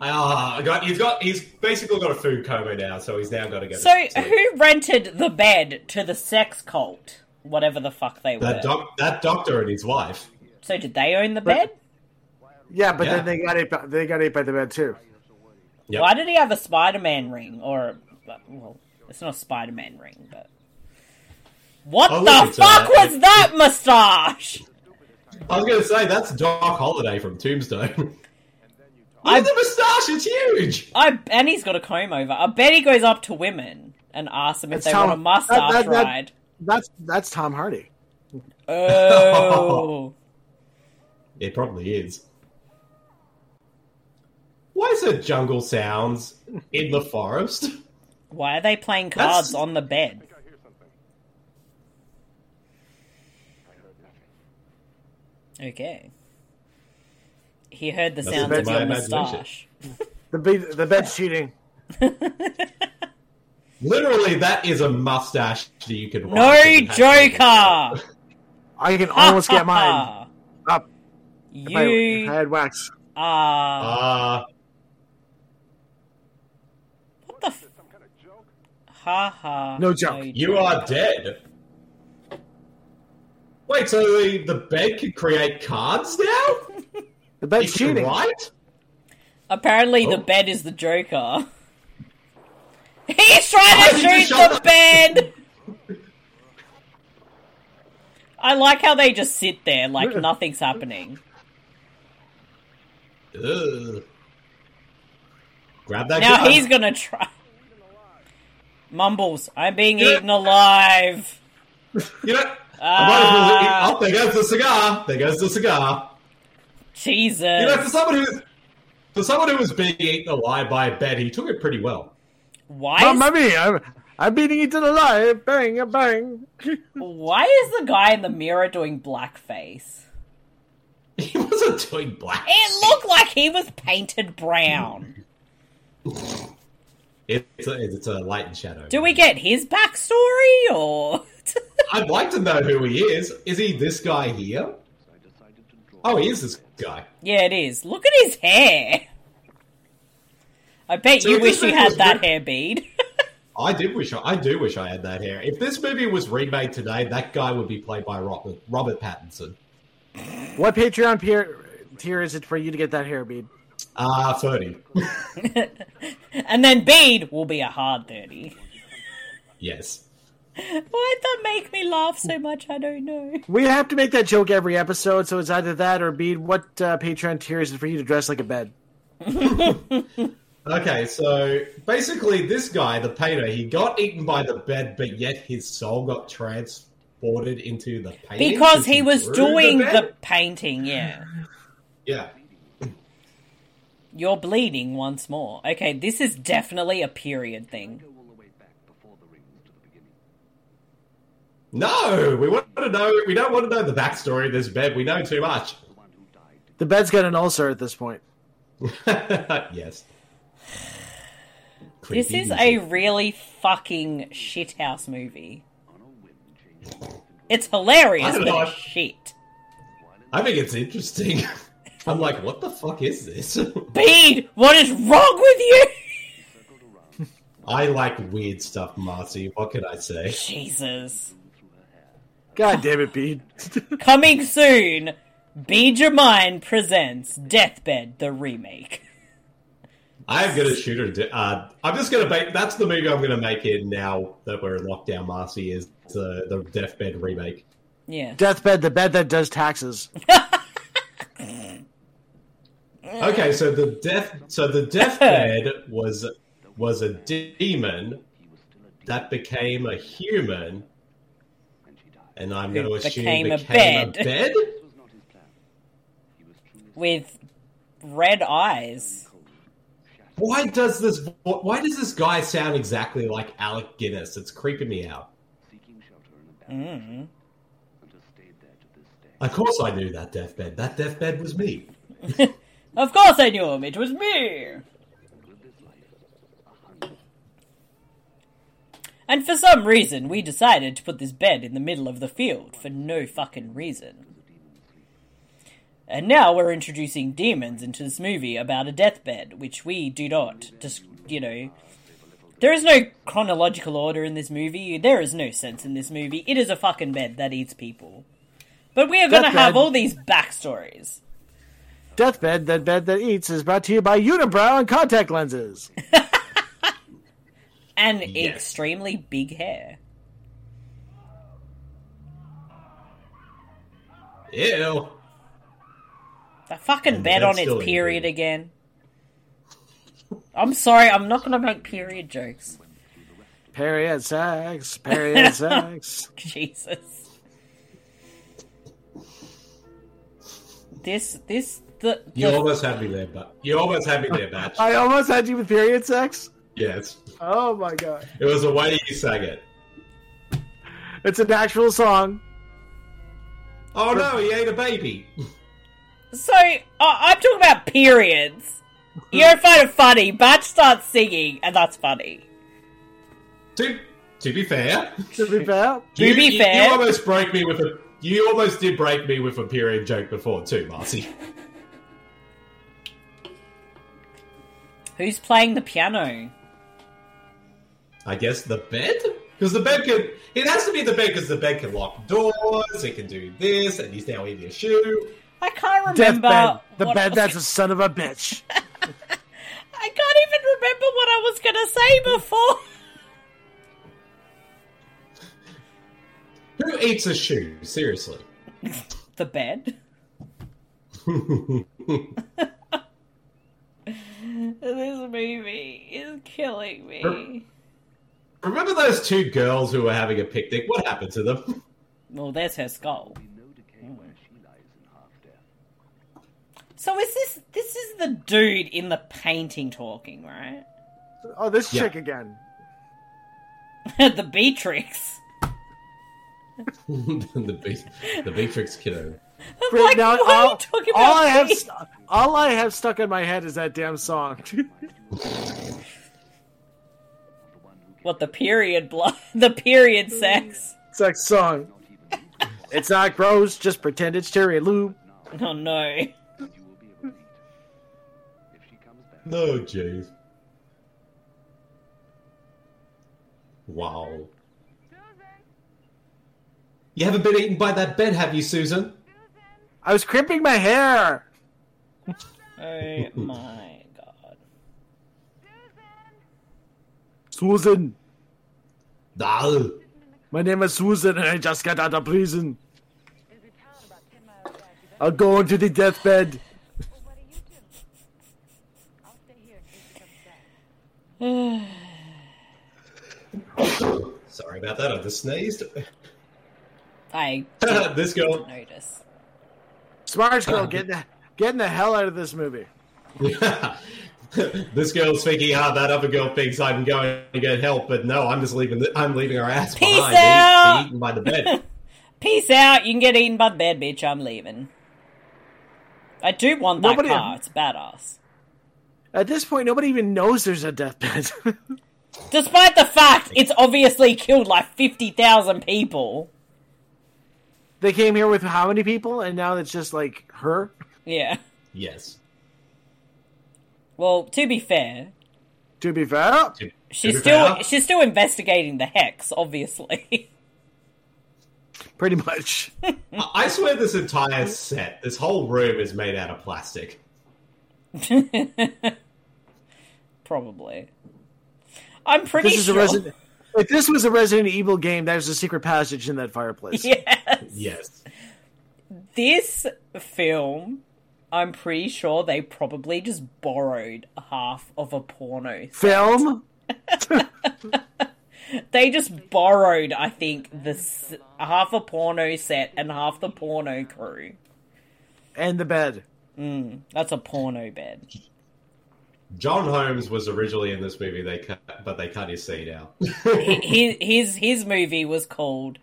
Ah, I got, he's got. He's basically got a food coma now, so he's now got to go.
So,
to sleep.
who rented the bed to the sex cult? Whatever the fuck they were.
that doc, that doctor and his wife?
so, did they own the bed?
yeah, but
Yeah.
then they got it. by- They got ate by the bed too.
Yep.
Why did he have a Spider-Man ring? Or, well, it's not a Spider-Man ring, but what
I'll look
the
into that.
fuck was that mustache?
I was going to say that's Doc Holiday from Tombstone. Look
I-
at the moustache; it's huge.
I and he's got a comb over. I bet he goes up to women and asks them if
It's
they
Tom-
want a mustache
that- that- that-
ride.
That's that's Tom Hardy.
Oh,
It probably is. Why is there jungle sounds in the forest?
why are they playing
That's-
cards on the bed? Okay. He heard the
That's
sounds of
my
your
imagination.
moustache.
The be- the bed's cheating.
Literally, that is a mustache that you could.
No
rock and have.
Joker!
I can almost get mine up if, I, if I
You
had wax.
are.
Ah,
What the f- Ha ha.
No joke.
you are dead. Wait, so the, the bed can create cards now?
The
It's
bed's cheating.
right?
Apparently, the
Oh.
bed is the Joker. He's trying to
Why did you
shoot
shut
the
up?
bed! I like how they just sit there like
Yeah.
nothing's happening.
Ugh. Grab that.
Now
gun.
he's gonna try. Mumbles, I'm being eaten alive.
You know, I might
Uh.
as well, oh, there goes the cigar. There goes the cigar.
Jesus.
You know, for someone who's for someone who was being eaten alive by a bed, he took it pretty well.
Why is
Mamma mia! I'm, I'm beating eaten alive. Bang, a bang.
Why is the guy in the mirror doing blackface?
He wasn't doing black.
It looked like he was painted brown.
It's a, it's a light and shadow.
Do we get his backstory or
I'd like to know who he is. Is he this guy here? Oh, he is this guy.
Yeah, it is. Look at his hair. I bet
So
you
if
wish
this
you
thing
had
was
that
writ-
hair bead.
I did wish I, I do wish I had that hair. If this movie was remade today, that guy would be played by Robert, Robert Pattinson.
What Patreon tier, tier is it for you to get that hair bead?
Ah, thirty.
and then bead will be a hard 30.
yes.
Why'd that make me laugh so much? I don't know.
We have to make that joke every episode, so it's either that or bead. What uh, Patreon tier is it for you to dress like a bed?
Okay, so basically, this guy, the painter, he got eaten by the bed, but yet his soul got transported into the painting
Because he was
drew
doing
bed?
the painting, yeah.
yeah.
You're bleeding once more. Okay, this is definitely a period thing.
No, we want to know. We don't want to know the backstory of this bed. We know too much.
The bed's got an ulcer at this point.
This
yes. Creepy
is
music.
a really fucking shithouse movie. It's hilarious,
I don't
but
know.
it's shit.
I think it's interesting. I'm like, what the fuck is this?
Bede, what is wrong with you?
I like weird stuff, Marcy. What can I say?
Jesus.
God damn it, Pete.
Coming soon, Bede Your Mind presents Deathbed, the remake.
I'm gonna shoot her. d- Uh, I'm just gonna make. That's the movie I'm gonna make it now that we're in lockdown. Marcy is the the deathbed remake.
Yeah.
Deathbed, the bed that does taxes.
Okay, so the death. So the deathbed was was a demon that became a human, and I'm going to
Who
assume
became
became,
a
a
bed.
bed.
With red eyes.
Why does this? Why does this guy sound exactly like Alec Guinness? It's creeping me out.
Mm.
Of course, I knew that deathbed. That deathbed was me.
Of course I knew him, it was me! And for some reason, we decided to put this bed in the middle of the field for no fucking reason. And now we're introducing demons into this movie about a deathbed, which we do not just, you know. There is no chronological order in this movie. There is no sense in this movie. It is a fucking bed that eats people. But we are going to
Deathbed.
have all these backstories.
Deathbed, that bed that eats is brought to you by Unibrow and contact lenses.
and
Yes.
extremely big hair.
Ew.
The fucking
And
bed
that's
on
still
its period
included.
again. I'm sorry, I'm not gonna make period jokes.
Period sex, period sex.
Jesus. This, this, the,
You
the-
almost had me there, but you almost had me there, Batch.
I almost had you with period sex.
Yes,
Oh my god.
it was the way you sang it.
It's an actual song.
Oh no, he ate a baby.
so I I'm talking about periods. You don't find it funny. Batch starts singing, and that's funny.
to, to be fair,
To be fair.
To
you,
be
you-
fair.
you almost broke me with a. You almost did break me with a period joke before too, Marcy.
Who's playing the piano?
I guess the bed because the bed can. It has to be the bed because the bed can lock doors. It can do this, and he's now eating a shoe.
I can't remember.
Deathbed, the
what-
bed that's a son of a bitch.
I can't even remember what I was gonna say before.
Who eats a shoe? Seriously.
the bed. this movie is killing me.
Remember those two girls who were having a picnic? What happened to them?
Well, there's her skull. So is this this is the dude in the painting talking, right?
Oh, this
Yeah.
chick again.
the Beatrix.
the, Be- the Beatrix kiddo.
I'm like,
Now,
why are you talking about
all I have,
me?
st- all I have stuck in my head is that damn song.
What the period blood? The period sex?
sex song. It's not gross. Just pretend it's Terry Lou.
Oh no!
No, jeez. Wow. You haven't been eaten by that bed, have you, Susan?
I was crimping my hair.
Oh my god!
Susan,
No.
my name is Susan, and I just got out of prison. I'll go into the deathbed.
Sorry about that. I just sneezed.
I
this girl.
didn't notice.
Smart girl, get the getting the hell out of this movie.
this girl's thinking, ah, that other girl thinks I'm going to get help, but no, I'm just leaving. The, I'm leaving her ass
Peace
behind.
out!
Be, eaten by the bed.
Peace out. You can get eaten by the bed, bitch. I'm leaving. I do want that
Nobody-
car. It's badass.
At this point, nobody even knows there's a deathbed.
Despite the fact it's obviously killed like 50,000 people.
they came here with how many people, and now it's just like her.
Yeah.
Yes.
Well, to be fair,
To be fair, oh,
she's still she's still investigating the hex, obviously.
pretty much.
I I swear this entire set, this whole room is made out of plastic.
Probably. I'm pretty
This is
sure.
a Resident. If this was a Resident Evil game, there's a secret passage in that fireplace.
Yes.
Yes.
This film, I'm pretty sure they probably just borrowed half of a porno.
Film.
They just borrowed, I think, the s- half a porno set and half the porno crew.
and the bed.
That's a porno bed.
John Holmes was originally in this movie, they cut, but they cut his scene out.
his his his movie was called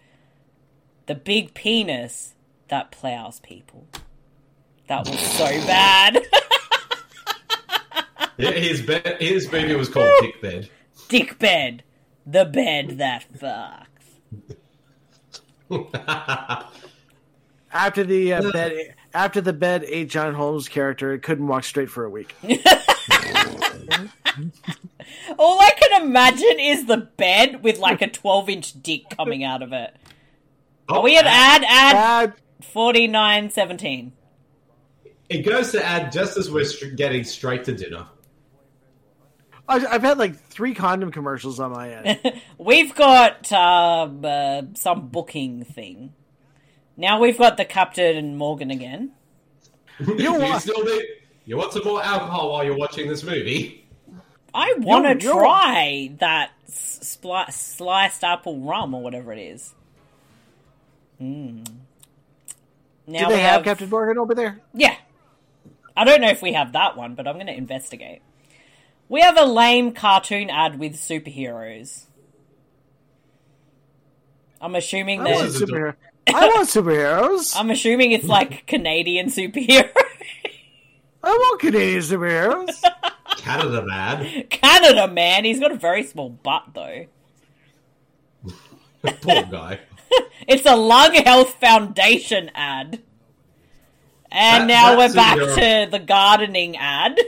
"The Big Penis That Plows People." That was so bad.
his, be- his movie was called Dick Bed.
Dick bed, the bed that fucks.
After the uh, bed, after the bed ate John Holmes' character, couldn't walk straight for a week.
All I can imagine is the bed with like a twelve inch dick coming out of it.
Oh,
Are we at ad ad
Bad.
forty nine seventeen?
It goes to add just as we're str- getting straight to dinner.
I, I've had like three condom commercials on my end.
We've got um, uh, some booking thing. Now we've got the captain and Morgan again.
You,
wa-
still need, you want some more alcohol while you're watching this movie?
I want to
Yo, yo.
try that s- spli- sliced apple rum or whatever it is. Mm. Now
Do
we
they have Captain Morgan over there?
Yeah, I don't know if we have that one, but I'm going to investigate. We have a lame cartoon ad with superheroes. I'm assuming
I want
that
is a
superhero. I want superheroes.
I'm assuming it's like Canadian superhero,
I want Canadian superheroes.
Canada man.
Canada man. He's got a very small butt though.
Poor guy.
It's a lung health foundation ad. And
That-
now we're
that's
back
in
to the gardening ad.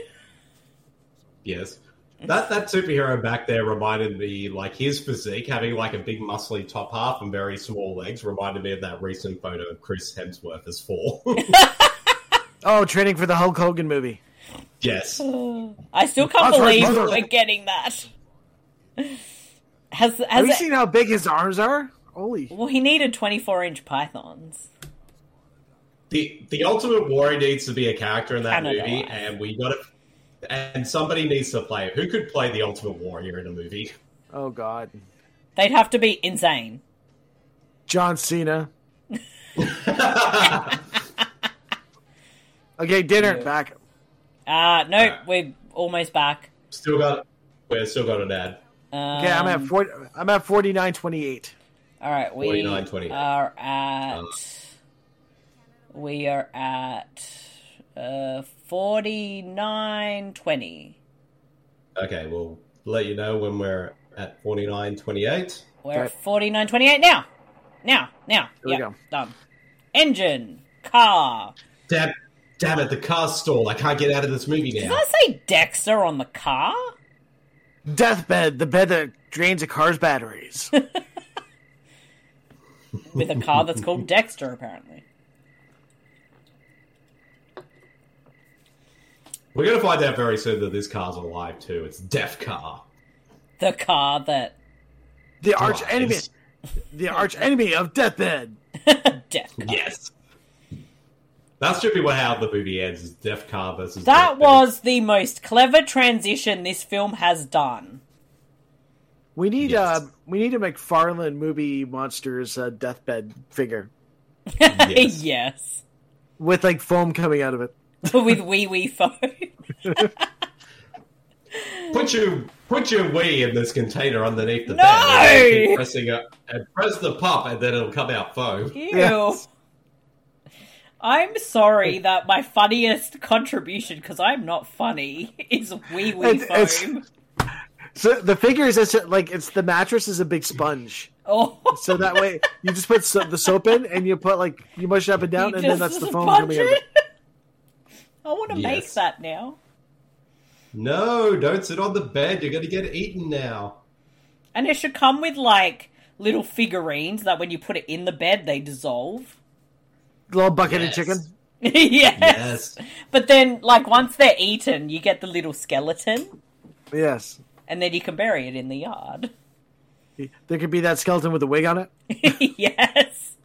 Yes. That that superhero back there reminded me, like his physique, having like a big muscly top half and very small legs, reminded me of that recent photo of Chris Hemsworth as Thor.
oh, training for the Hulk Hogan movie.
yes.
I still can't
That's right,
believe
mother-
we're getting that. Has
Have
has
you
it,
seen how big his arms are? Holy!
well he needed twenty four inch pythons.
The the Ultimate Warrior needs to be a character in that
Canada
movie,
Life.
and we got to, and somebody needs to play it. Who could play the Ultimate Warrior in a movie?
Oh God,
They'd have to be insane.
John Cena. okay, dinner back.
Uh no, we're almost back.
Still got we're still got an ad.
Um,
Okay, I'm at 40, I'm at forty nine twenty eight.
all right, we
49.28.
are at we are at uh forty nine twenty.
Okay, we'll let you know when we're at forty nine twenty eight.
We're
Okay.
at forty nine twenty eight now. Now, now.
Here we
Yeah,
go.
done. Engine, car.
Damn, damn it! The car stalled. I can't get out of this movie
Did
now.
I say Dexter on the car?
Deathbed, the bed that drains a car's batteries.
With a car that's called Dexter, apparently.
We're gonna find out very soon that this car's alive too. It's Deaf Car.
The car that
the arch
Lies.
enemy, the arch enemy of Deathbed.
Death car.
Yes. That should be what how the movie ends: is Deaf Car versus.
That
Deathbed.
was the most clever transition this film has done.
We need
Yes.
uh, we need a McFarlane movie monsters uh, deathbed figure
Yes.
Yes.
with like foam coming out of it.
With Wee Wee Foam.
Put your put your wee in this container underneath the
No!
bed. and then keep pressing up and press the pop, and then it'll come out foam.
Ew.
Yes.
I'm sorry that my funniest contribution, because I'm not funny, is wee wee
It's- it's-
foam.
So the figure is just like it's the mattress is a big sponge.
Oh,
So that way you just put so- the soap in and you put like you mush it up and down,
you
and then
just
that's the foam
sponge
coming out. of it.
it? I want to make
Yes.
that now.
No, don't sit on the bed. You're going to get eaten now.
And it should come with like little figurines that when you put it in the bed, they dissolve.
Little bucket
Yes.
of chicken.
yes.
Yes.
But then, like, once they're eaten, you get the little skeleton,
Yes,
and then you can bury it in the yard.
there could be that skeleton with a wig on it.
yes.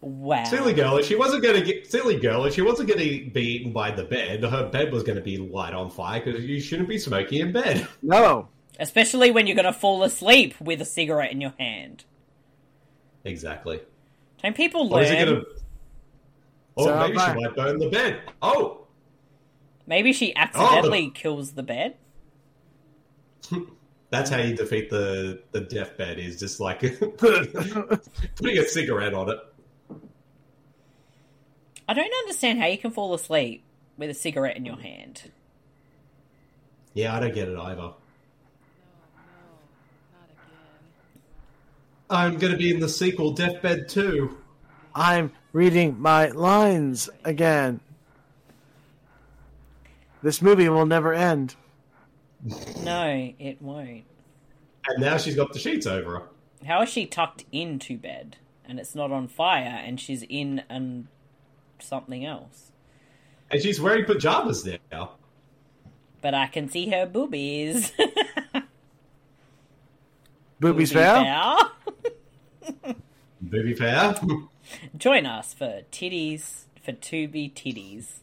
Wow.
Silly girl, if she wasn't going to get silly girl, if she wasn't going to be eaten by the bed, her bed was going to be light on fire because you shouldn't be smoking in bed.
No,
Especially when you're going to fall asleep with a cigarette in your hand.
Exactly.
Don't people
Or
learn?
is it going to? Oh,
So
maybe she
am I.
might burn the bed. Oh,
Maybe she accidentally kills the bed.
that's how you defeat the the death bed is just like putting a cigarette on it.
I don't understand how you can fall asleep with a cigarette in your hand.
Yeah, I don't get it either. I'm going to be in the sequel, Deathbed 2.
I'm reading my lines again. This movie will never end.
No, it won't.
And now she's got the sheets over her.
How is she tucked into bed and it's not on fire and she's in and something else?
And she's wearing pajamas now.
But I can see her boobies.
Boobies fail.
Bow.
Booby fair.
Join us for titties for Tubi titties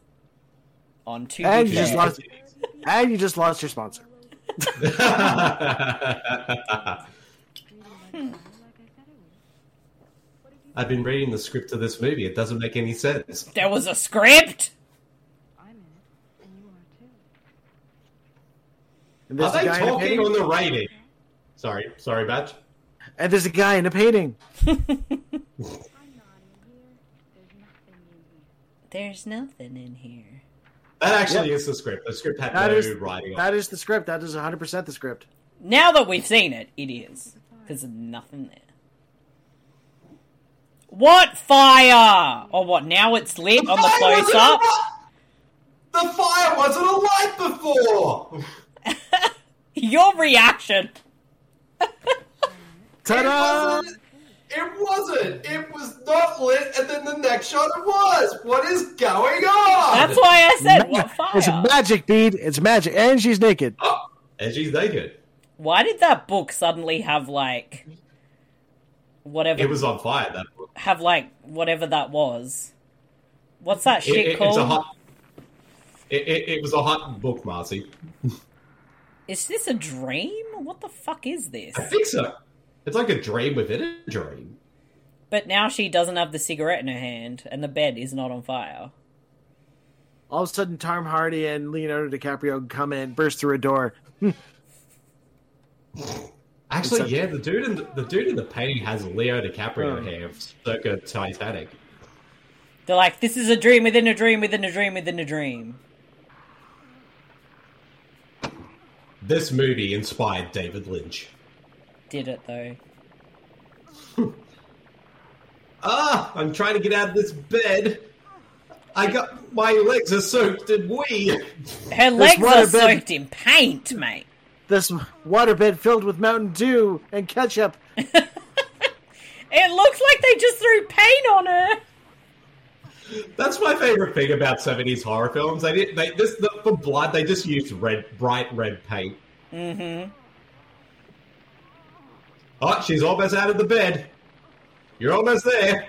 on Tubi.
And you just
Fair.
lost. And you just lost your sponsor.
I've been reading the script of this movie. It doesn't make any sense.
There was a script.
And
Are
there's, a
they
guy in a
talking on
painting,
the rating? Sorry, sorry, Batch.
and there's a guy in a painting.
There's nothing in here.
That actually is the script. The script had
That
no
is
writing on it.
that is the script. That is 100 percent the script.
Now that we've seen it, it is because nothing there. What fire? Or what? Now it's lit on the close
fire wasn't a
up.
li- The fire wasn't a light before.
Your reaction.
Ta-da!
It wasn't. It was not lit, and then the next shot it was. What is going on?
That's why I said what
It's
fire.
magic, dude. It's magic, and she's naked.
Oh. And she's naked.
Why did that book suddenly have like whatever
It was on fire. That book.
have like whatever that was? What's that
It,
shit
it-
called?
it's a hot. It, it, it was a hot book, Marcy.
Is this a dream? What the fuck is this?
I think so. It's like a dream within a dream.
But now she doesn't have the cigarette in her hand, and the bed is not on fire.
All of a sudden, Tom Hardy and Leonardo DiCaprio come in, burst through a door.
Actually,
Except-
yeah, the dude in the, the dude in the painting has Leo DiCaprio hair, circa Titanic.
They're like, "This is a dream within a dream within a dream within a dream."
This movie inspired David Lynch.
Did it though?
Ah, I'm trying to get out of this bed. I got my legs are soaked in wee.
Her legs
water
are
bed-
soaked in paint, mate.
This waterbed filled with Mountain Dew and ketchup.
It looks like they just threw paint on her.
That's my favorite thing about 70s horror films. They did they this the, for blood they just used red bright red paint.
Mm-hmm.
Oh, she's almost out of the bed. You're almost there.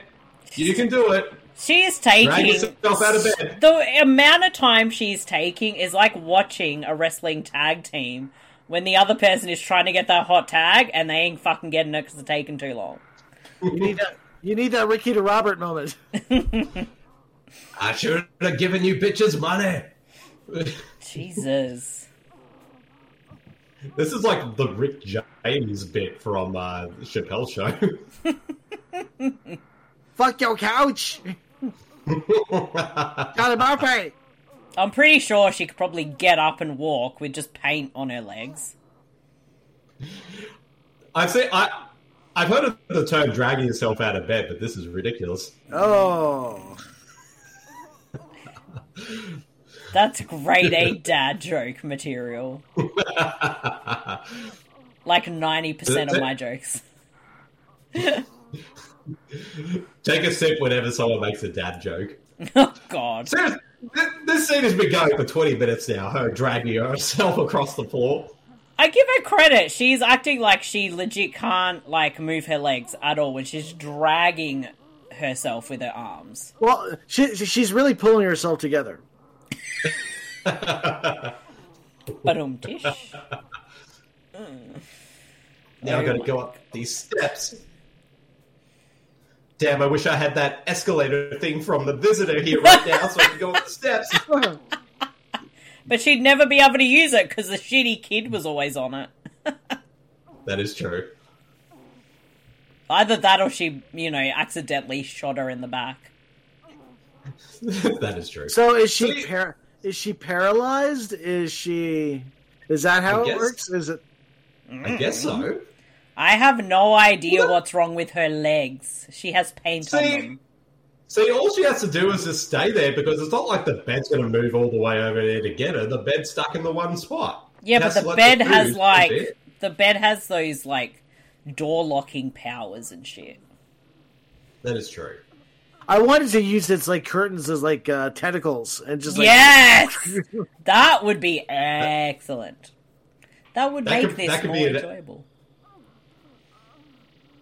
You can do it.
She is taking
Drag yourself out of bed.
The amount of time she's taking is like watching a wrestling tag team when the other person is trying to get that hot tag and they ain't fucking getting it because it's taking too long.
You need that. You need that Ricky to Robert moment.
I should have given you bitches money.
Jesus.
this is like the Rick James bit from uh, Chappelle's show.
Fuck your couch. Johnny Murphy.
I'm pretty sure she could probably get up and walk with just paint on her legs.
I've seen. I, I've heard of the term dragging yourself out of bed, but this is ridiculous.
Oh,
That's grade A dad joke material. Like 90% of my jokes.
Take a sip whenever someone makes a dad joke.
Oh, God.
Seriously, this, this scene has been going for 20 minutes now, her dragging herself across the floor.
I give her credit. She's acting like she legit can't, like, move her legs at all when she's dragging herself with her arms.
well, she, she- she's really pulling herself together.
Badum tish.
Now I've got to go up these steps. Damn, I wish I had that escalator thing from the visitor here right now so I could go up the steps.
But she'd never be able to use it because the shitty kid was always on it.
That is true.
Either that or she, you know, accidentally shot her in the back.
that is true.
So is she
See-
par- is she paralyzed? Is she? Is that how
I
it
guess.
works? Is it?
I guess so.
I have no idea what's wrong with her legs. She has paint on
See-
them.
See, all she has to do is just stay there because it's not like the bed's going to move all the way over there to get her. The bed's stuck in the one spot.
Yeah,
That's
but the
like
bed
food
has
is there.
like the bed has those like door locking powers and shit.
That is true.
I wanted to use its like curtains as like uh, tentacles and just like
yes, that would be excellent. That would
That
make
could-
this
that could
more
be an-
enjoyable.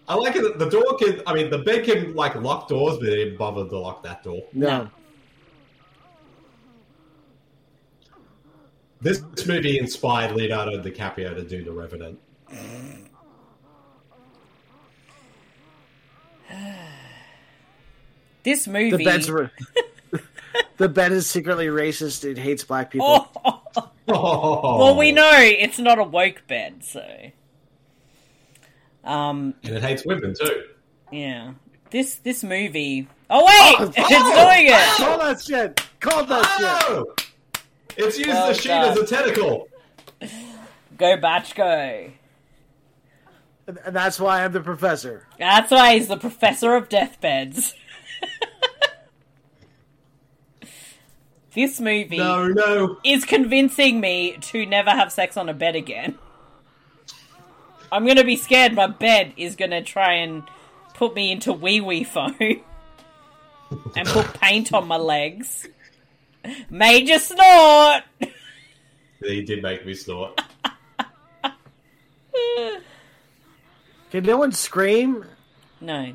I like it. that The door can, I mean, the bed can like lock doors, but it didn't bother to lock that door.
no.
This movie inspired Leonardo DiCaprio to do The Revenant.
This movie.
The bed's re- the bed is secretly racist. It hates black people.
Oh,
Oh,
well, we know it's not a woke bed, so. Um.
And it hates women too.
Yeah. This this movie. Oh wait, it's doing it.
Call that shit. Call that
Ah!
shit.
Oh! It's used
Well
the sheet
done.
as a tentacle.
Go batch go.
And- And that's why I'm the professor.
That's why he's the professor of deathbeds. this movie
No, no.
is convincing me to never have sex on a bed again. I'm gonna be scared my bed is gonna try and put me into wee wee foam and put paint on my legs. Major snort!
He did make me snort.
Can no one scream?
No.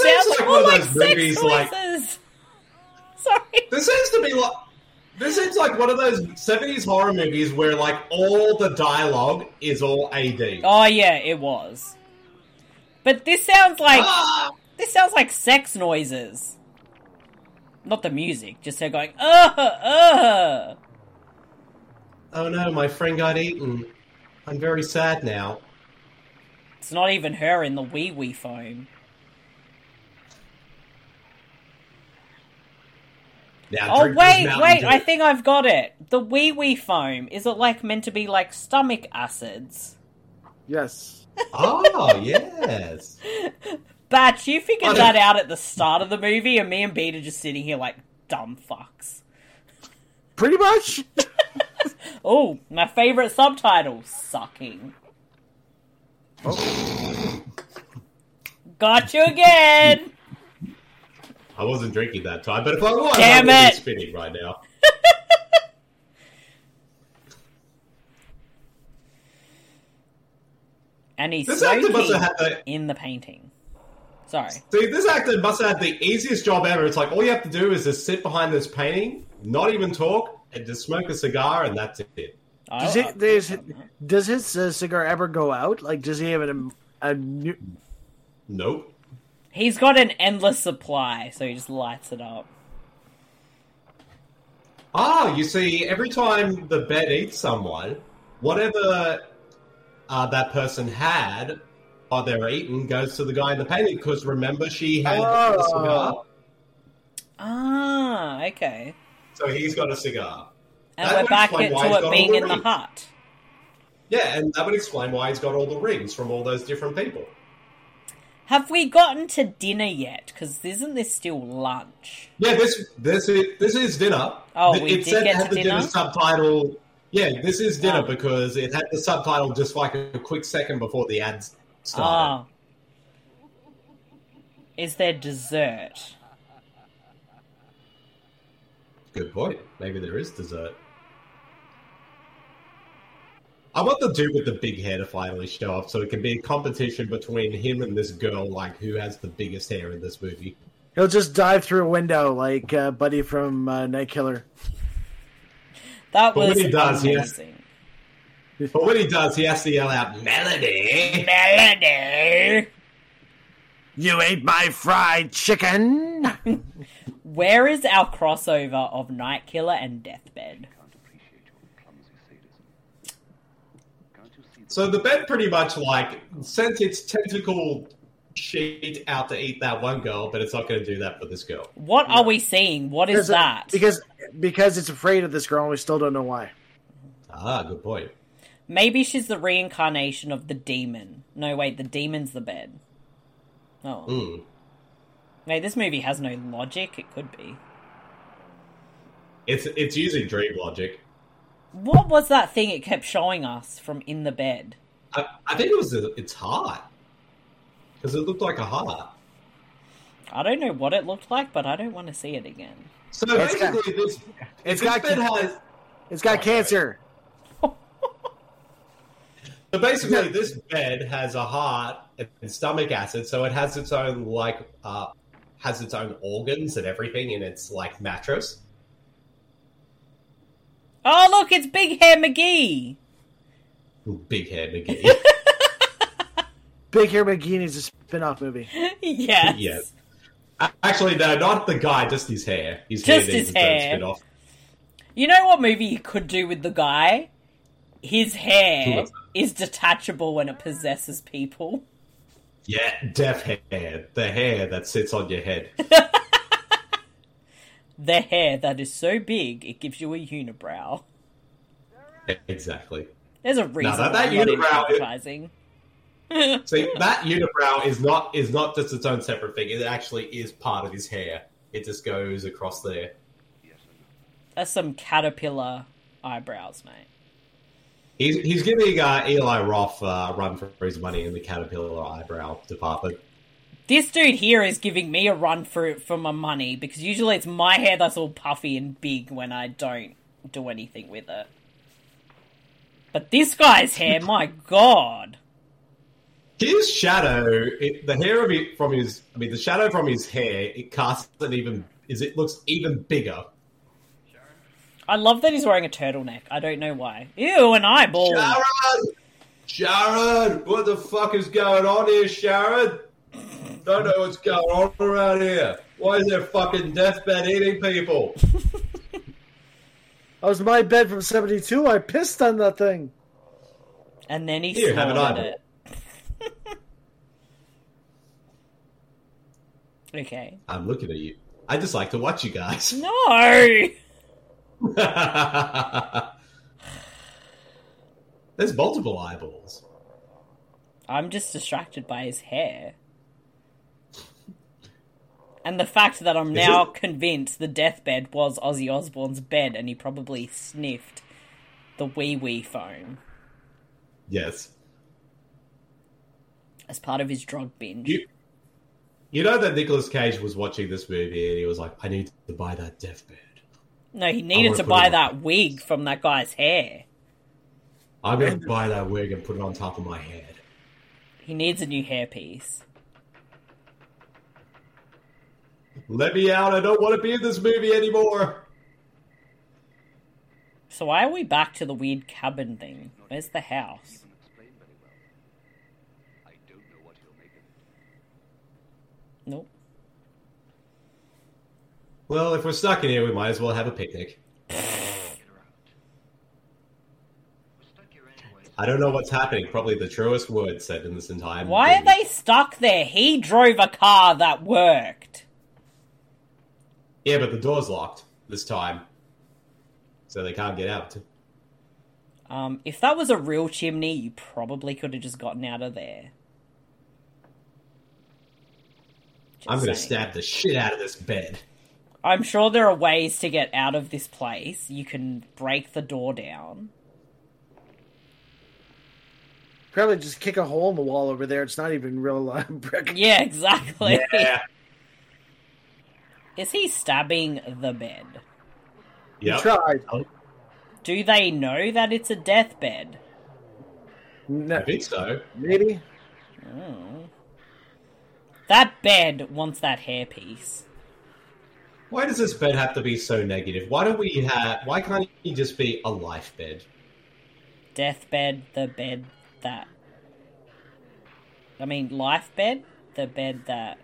it
seems
sounds
like
more
one
like
of those
sex
movies,
noises.
like
Sorry.
This seems to be like this seems like one of those seventies horror movies where like all the dialogue is all AD.
Oh yeah, it was. But this sounds like this sounds like sex noises. Not the music, just her going, uh, uh.
Oh no, my friend got eaten. I'm very sad now.
It's not even her in the wee wee foam.
Now
Oh
drink this
wait,
Mountain
wait,
Dew.
I think I've got it. The wee wee foam, is it like meant to be like stomach acids?
Yes.
Oh yes.
Batch, you figured
I
that
don't-
out at the start of the movie, and me and Beat are just sitting here like dumb fucks.
Pretty much.
Oh, my favorite subtitle, sucking. Got you again.
I wasn't drinking that time, but if I was,
Damn
I
it.
would be spinning right now.
And he's
This actor must have
smoking
had the
in the painting. Sorry.
See, this actor must have had the easiest job ever. It's like all you have to do is just sit behind this painting, not even talk, and just smoke a cigar, and that's it.
I-
Does,
I-
it, does, does his uh, cigar ever go out? Like, does he have an, a new?
Nope.
he's got an endless supply, so he just lights it up.
Ah, you see, every time the bed eats someone, whatever uh, that person had while they were eaten goes to the guy in the painting. Because remember, she had
Oh.
a cigar.
Ah, okay.
So he's got a cigar.
And
That
we're
would
back
explain
it
why he's
to it
got
being
all the
in the
rings.
hut.
Yeah, and that would explain why he's got all the rings from all those different people.
Have we gotten to dinner yet? Because isn't this still lunch?
Yeah, this this is this is dinner.
Oh,
Th-
we
it
did
said
get
had
to
the
dinner?
subtitle. Yeah, this is dinner
Oh.
because it had the subtitle just like a quick second before the ads started.
Ah. Is there dessert?
Good point. Maybe there is dessert. I want the dude with the big hair to finally show up so it can be a competition between him and this girl, like who has the biggest hair in this movie.
He'll just dive through a window like uh, Buddy from uh, Night Killer.
That
But
was
when he does, he has-
amazing.
But when he does, he has to yell out "Melody."
Melody!
You ate my fried chicken.
Where is our crossover of Night Killer and Deathbed?
So the bed pretty much like sent its tentacle sheet out to eat that one girl, but it's not going to do that for this girl.
What are we seeing? What is
Because-
that?
Because because it's afraid of this girl. and We still don't know why.
Ah, good point.
Maybe she's the reincarnation of the demon. No, wait, the demon's the bed. Oh.
Mm.
Wait, this movie has no logic. It could be.
It's it's using dream logic.
What was that thing it kept showing us from in the bed?
I, I think it was it's heart because it looked like a heart.
I don't know what it looked like, but I don't want to see it again.
So
It's got-
basically, this
it's
this
got-
bed has.
It's got
Oh,
cancer.
So basically, this bed has a heart and stomach acid, so it has its own like uh, has its own organs and everything in its like mattress.
Oh, look, it's Big Hair McGee.
Ooh, Big head McGee.
Big Hair McGee is a spin-off movie.
yes.
Yeah. A- Actually, no, not the guy, just his hair. His
Just
hair
his
needs its own
hair.
spin-off.
You know what movie you could do with the guy? His hair
What?
is detachable when it possesses people.
Yeah, deaf hair. The hair that sits on your head.
The hair that is so big it gives you a unibrow.
exactly.
There's a reason
that-
why
that
I'm not in
unibrow is-
advertising.
See, that unibrow is not is not just its own separate thing. It actually is part of his hair. It just goes across there.
That's some caterpillar eyebrows, mate.
He's, he's giving uh, Eli Roth uh, a run for his money in the caterpillar eyebrow department.
This dude here is giving me a run for for my money because usually it's my hair that's all puffy and big when I don't do anything with it. But this guy's hair, my god.
His shadow, it, the hair of it from his, I mean, the shadow from his hair, it casts an even, is it looks even bigger.
I love that he's wearing a turtleneck. I don't know why. Ew, an eyeball.
Sharon! Sharon! What the fuck is going on here, Sharon? Don't know what's going on around here. Why is there fucking deathbed eating people?
That was my bed from '72. I pissed on that thing.
And then he
Here, have an
snorted
eyeball.
it. okay.
I'm looking at you. I just like to watch you guys.
No!
There's multiple eyeballs.
I'm just distracted by his hair. And the fact that I'm
Is
now
it-
convinced the deathbed was Ozzy Osbourne's bed and he probably sniffed the wee wee foam
Yes.
as part of his drug binge.
You, you know that Nicolas Cage was watching this movie and he was like, I need to buy that deathbed.
no, he
I
needed
wanna
to
put
buy
it on.
that wig from that guy's hair.
I'm going to buy that wig and put it on top of my head.
He needs a new hairpiece.
Let me out. I don't want to be in this movie anymore.
So why are we back to the weird cabin thing? Where's the house? Nope.
Well, if we're stuck in here, we might as well have a picnic. I don't know what's happening. Probably the truest word said in this entire
Why are
movie.
they stuck there? He drove a car that worked.
Yeah, but the door's locked this time, so they can't get out.
Um, if that was a real chimney, you probably could have just gotten out of there. Just
I'm gonna
saying.
stab the shit out of this bed.
I'm sure there are ways to get out of this place. You can break the door down.
Probably just kick a hole in the wall over there. It's not even real uh, brick.
Yeah, exactly.
Yeah.
Is he stabbing the bed?
You
Yep.
tried.
Oh,
Do they know that it's a deathbed?
No,
I think so.
maybe.
Oh. That bed wants that hairpiece.
Why does this bed have to be so negative? Why don't we have? Why can't it just be a life bed?
Deathbed, the bed that. I mean, life bed? The bed that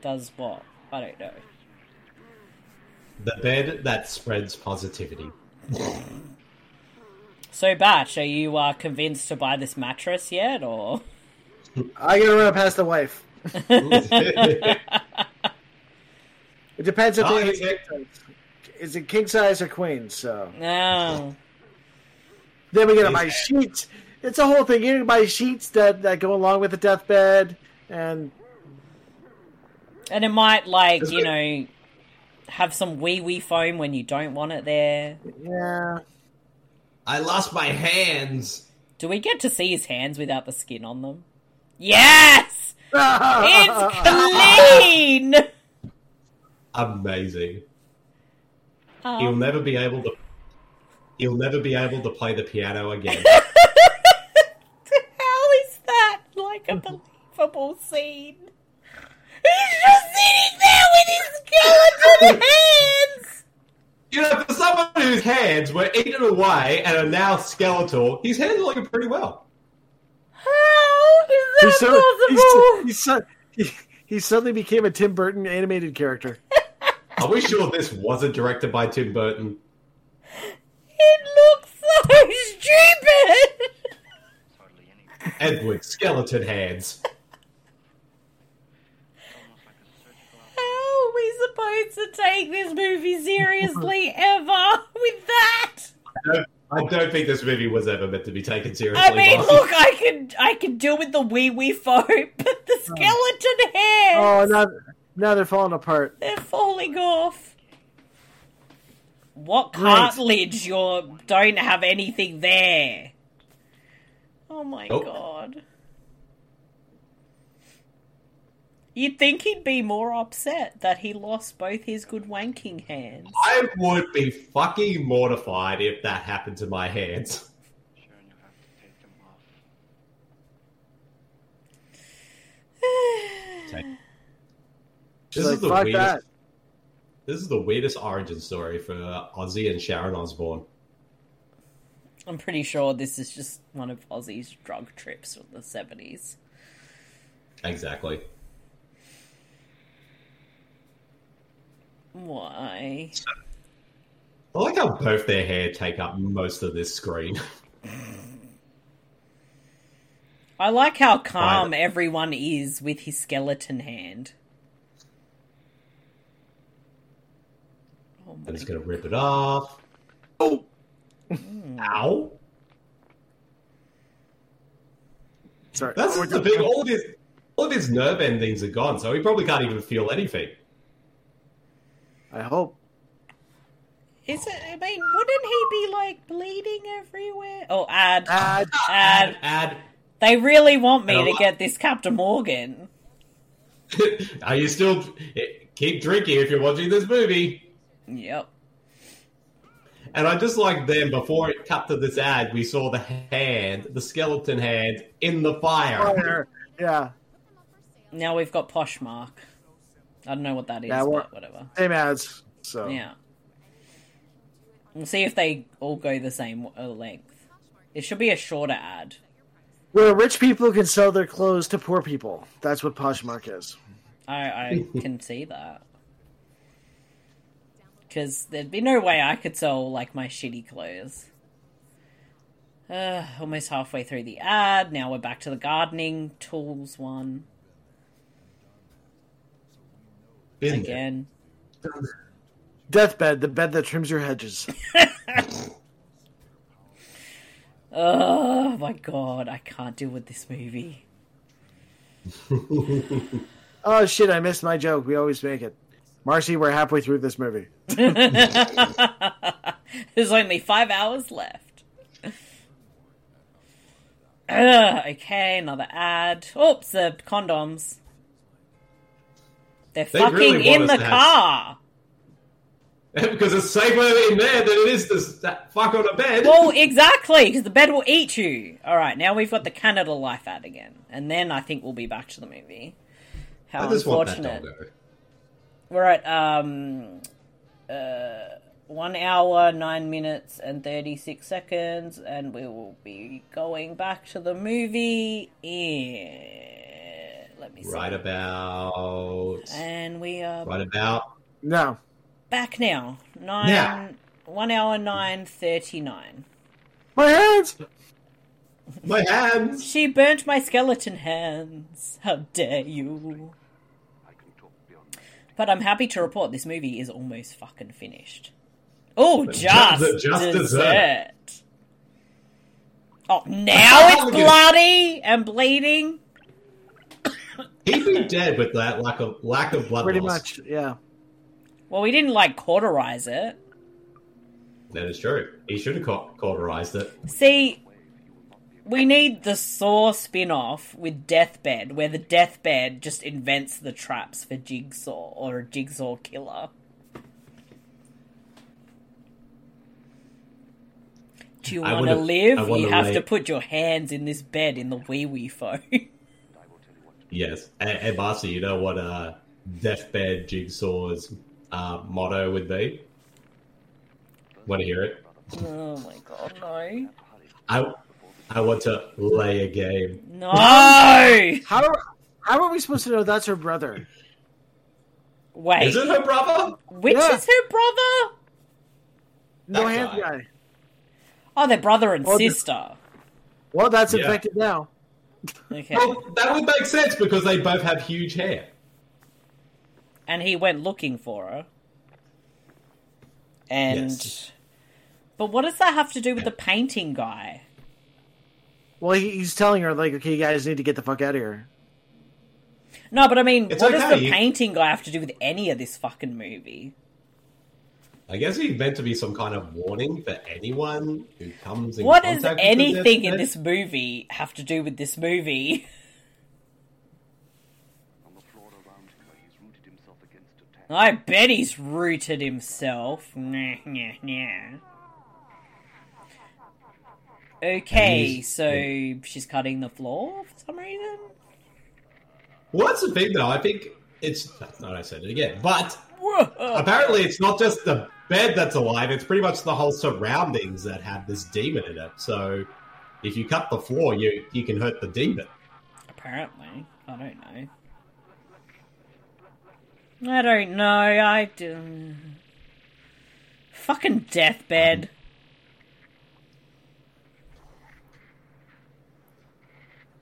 does what? I don't know.
The bed that spreads positivity.
So, Batch, are you uh, convinced to buy this mattress yet, or.
I gotta run past the wife. It depends if
Oh,
they-
yeah.
is it king size or queen. So
No.
then we gotta buy sheets. It's a whole thing. You gotta buy sheets that, that go along with the deathbed, and
And it might, like,
Is
you
it-
know, have some wee wee foam when you don't want it there.
yeah,
I lost my hands.
Do we get to see his hands without the skin on them? Yes! It's clean!
Amazing. He'll
Um,
never be able to. He'll never be able to play the piano again.
how is that like a believable scene? He's just sitting there with his skeleton hands!
you know, for someone whose hands were eaten away and are now skeletal, his hands are looking pretty well.
How
he,
is that
so,
possible?
he, so- he, he suddenly became a Tim Burton animated character.
Are we sure this wasn't directed by Tim Burton?
It looks so stupid!
Edward, skeleton hands.
How are we supposed to take this movie seriously ever with that?
I don't think this movie was ever meant to be taken seriously.
I mean,
Mark.
look, I can I can deal with the wee wee foam, but the skeleton hands
Oh, now now they're falling apart.
they're falling off. What cartilage? You don't have anything there. Oh my
Oh.
god. You'd think he'd be more upset that he lost both his good wanking hands.
I would be fucking mortified if that happened to my hands. This
She's like,
is the
fuck
weirdest.
that.
This is the weirdest origin story for Ozzy and Sharon Osbourne.
I'm pretty sure this is just one of Ozzy's drug trips from the 70s.
Exactly.
Why?
I like how both their hair take up most of this screen.
I like how calm everyone is with his skeleton hand. Oh
I'm
my
just gonna rip it off. Oh, ow!
Sorry,
That's the thing. All of his, all of his nerve endings are gone, so he probably can't even feel anything.
I hope.
Is it? I mean, wouldn't he be like bleeding everywhere? Oh, ad,
Add
ad.
Ad,
They really want me
And a
to
lot-
get this Captain Morgan.
are you still? eh, Keep drinking if you're watching this movie.
Yep.
And I just like then before it cut to this ad, we saw the hand, the skeleton hand in the fire.
fire. Yeah,
Now we've got Poshmark. I don't know what that is,
Yeah, we're-
but whatever.
same ads. So
Yeah. We'll see if they all go the same uh, length. It should be a shorter ad.
where rich people can sell their clothes to poor people. That's what Poshmark is.
I, I can see that. Because there'd be no way I could sell, like, my shitty clothes. Uh, almost halfway through the ad. Now we're back to the gardening tools one
Been there,
again.
done that.
Deathbed, the bed that trims your hedges.
Oh my god, I can't deal with this movie.
Oh shit, I missed my joke. We always make it. Marcy, we're halfway through this movie.
There's only five hours left. Ugh, okay, another ad. Oops, the condoms. They're
They
fucking
really
in
want us
the
to have-
car.
because it's safer in there than it is this that fuck on a bed.
Well, exactly, because the bed will eat you. All right, now we've got the Canada life ad again, and then I think we'll be back to the movie. How
I just want that
unfortunate!
doggo.
We're at um, uh, one hour nine minutes and thirty six seconds, and we will be going back to the movie in. Let me see.
Right about.
And we are
Right about.
No.
back now. Nine.
Now.
One hour nine thirty nine.
My hands!
My hands.
She burnt my skeleton hands. How dare you! But I'm happy to report this movie is almost fucking finished. Oh,
But
just,
ju- just
dessert.
dessert.
Oh, now it's
Mulligan.
bloody and bleeding.
He'd be dead with that lack of lack of blood
Pretty
loss.
much, yeah.
Well, we didn't like cauterize it.
That is true. He should have cau- cauterized it.
See, we need the Saw spin off with Deathbed, where the Deathbed just invents the traps for Jigsaw or a Jigsaw killer. Do you
I
want to
wanna-
live?
I
You
wanna
have to
live.
put your hands in this bed in the wee wee phone.
Yes. And, and Marcy, you know what uh, Deathbed Jigsaw's uh, motto would be? Want to hear it?
oh my god, no.
I I want to lay a game.
No!
How are, how are we supposed to know that's her brother?
Wait,
Is it her brother?
which
Yeah.
is her brother?
No
That
hands
guy.
guy.
Oh, they're brother and
Or the-
sister.
Well, that's
Yeah.
infected now.
Okay.
Well, that would make sense because they both have huge hair.
and he went looking for her. And
Yes.
but what does that have to do with the painting guy?
Well, he, he's telling her, like, okay, you guys need to get the fuck out of here.
No, but I mean,
It's
what does
okay,
the
you-
painting guy have to do with any of this fucking movie?
I guess he's meant to be some kind of warning for anyone who comes in
What does
contact with the
anything in
Deathbed.
this movie have to do with this movie? I bet he's rooted himself. Nah, nah, nah. Okay,
He's-
so she's cutting the floor for some reason.
Well, that's the thing, though. I think it's. No, I said it again. But
Whoa.
apparently, it's not just the bed that's alive, it's pretty much the whole surroundings that have this demon in it. So if you cut the floor, you, you can hurt the demon.
Apparently. I don't know. I don't know. I do. Fucking deathbed.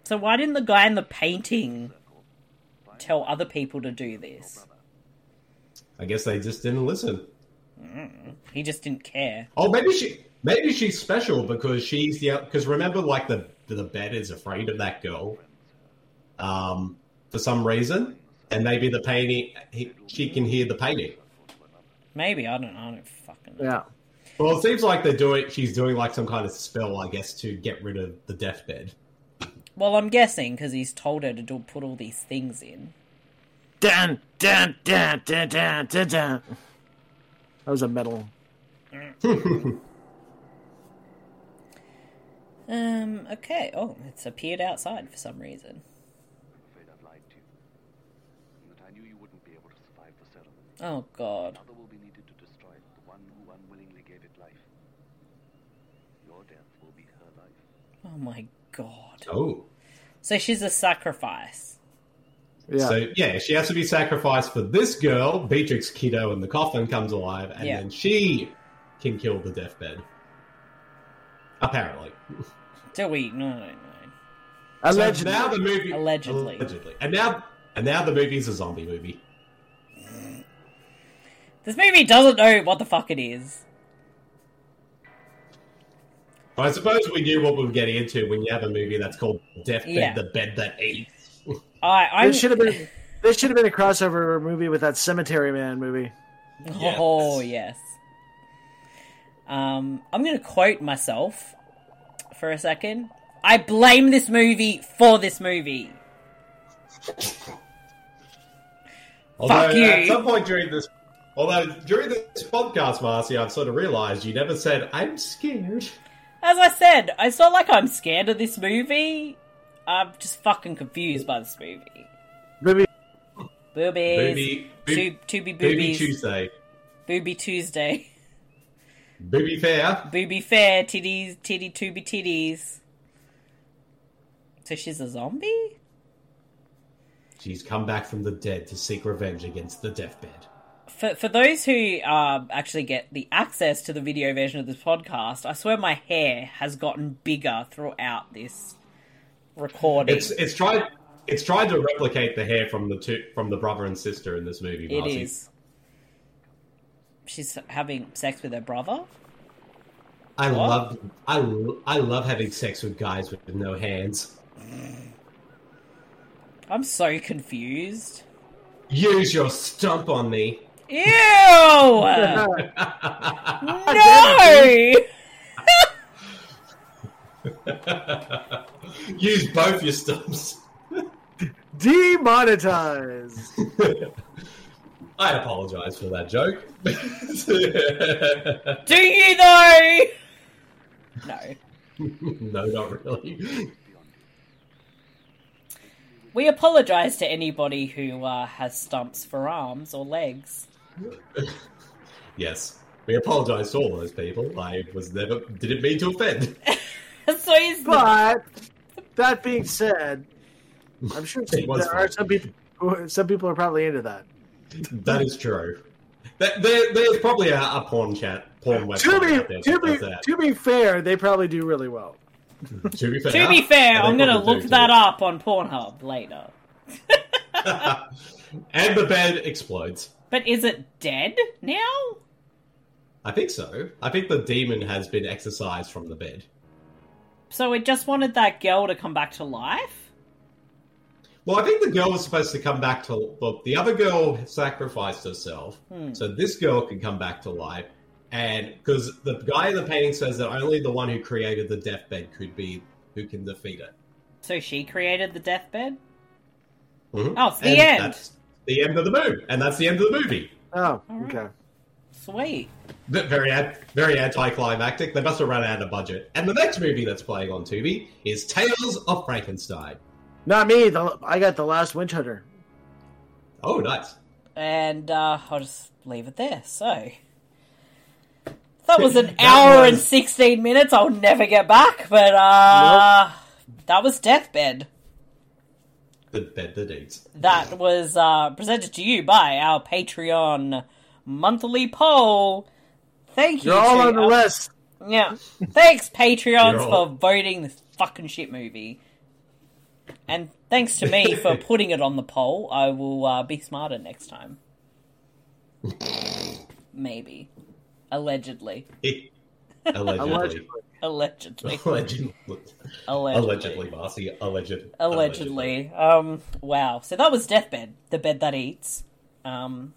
So why didn't the guy in the painting tell other people to do this?
I guess they just didn't listen.
He just didn't care.
Oh, maybe she maybe she's special because she's the because remember like the the bed is afraid of that girl, um, for some reason, and maybe the painting he, she can hear the painting.
Maybe I don't. I don't fucking. know.
Yeah.
Well, it seems like they're doing she's doing like some kind of spell, I guess, to get rid of the deathbed.
Well, I'm guessing because he's told her to do put all these things in.
Dun, dun, dun, dun, dun, dun, dun.
That was a metal.
Um. Okay. Oh, it's appeared outside for some reason. Oh God. Oh my God.
Oh,
So she's a sacrifice.
Yeah.
so yeah, she has to be sacrificed for this girl. Beatrix Kiddo in the coffin comes alive, and
Yeah.
then she can kill the deathbed. Apparently.
Do we? No, no, no.
So
Allegedly.
now the movie
Allegedly.
allegedly, and now and now the movie's a zombie movie.
This movie doesn't know what the fuck it is.
I suppose we knew what we were getting into when you have a movie that's called Deathbed,
Yeah.
the Bed That Eats.
I I'm,
This should have been. This should have been a crossover movie with that Cemetery Man movie.
Oh yes. Um, I'm gonna quote myself for a second. I blame this movie for this movie.
Although
Fuck you.
at some point during this, although during this podcast, Marcy, I've sort of realised you never said I'm scared.
As I said, it's not like I'm scared of this movie. I'm just fucking confused by this movie.
Maybe
Boobies.
Booby,
Two,
boob-
to be
Booby
boobies.
Tuesday,
Booby Tuesday.
Booby Fair.
Booby fair. Titties. Titty tooby titties. So she's a zombie?
She's come back from the dead to seek revenge against the deathbed.
For, for those who um, actually get the access to the video version of this podcast, I swear my hair has gotten bigger throughout this recording.
It's it's tried it's tried to replicate the hair from the two from the brother and sister in this movie.
It
Marcy.
is. She's having sex with her brother.
I love I lo- I love having sex with guys with no hands.
I'm so confused.
Use your stump on me.
Ew! no!
Use both your stumps.
demonetized.
I apologize for that joke.
Do you though? No.
no, not really.
We apologise to anybody who uh, has stumps for arms or legs.
Yes, we apologize to all those people. I was never didn't mean to offend.
so he's the,
But that being said, I'm sure
It was
there are
fun.
some people. who- Some people are probably into that.
That is true. That, there, there's probably a, a porn chat, porn website
To
out there
be to
that does
be
that.
to be fair, they probably do really well.
To be fair,
to be fair,
they
I'm gonna
probably
look
do,
that
too.
up on Pornhub later.
And the bed explodes.
But is it dead now?
I think so. I think the demon has been exorcised from the bed.
So it just wanted that girl to come back to life?
Well, I think the girl was supposed to come back to look. The other girl sacrificed herself,
Hmm.
so this girl can come back to life. And because the guy in the painting says that only the one who created the deathbed could be who can defeat it.
So she created the deathbed?
Mhm.
Oh, it's the
And
end.
That's the end of the movie, and that's the end of the movie.
Oh,
right.
okay.
Sweet.
Ve- Very, an- very anticlimactic. They must have run out of budget. And the next movie that's playing on Tubi is Tales of Frankenstein.
Not me. The, I got the last witch hunter.
Oh, nice.
And uh, I'll just leave it there. So that was an
That
hour and
was-
sixteen minutes. I'll never get back. But uh, that was Deathbed.
The bed that eats.
That was uh, presented to you by our Patreon monthly poll. Thank you.
You're all
to-
on the list.
Yeah. Thanks, Patreons,
You're
for
all-
voting this fucking shit movie. And thanks to me for putting it on the poll. I will uh, be smarter next time. Maybe. Allegedly.
Allegedly. Allegedly.
Allegedly.
Allegedly.
Allegedly. Allegedly,
Allegedly.
Marcy. Allegedly.
Allegedly. Um, wow. So that was Deathbed, the bed that eats. Um,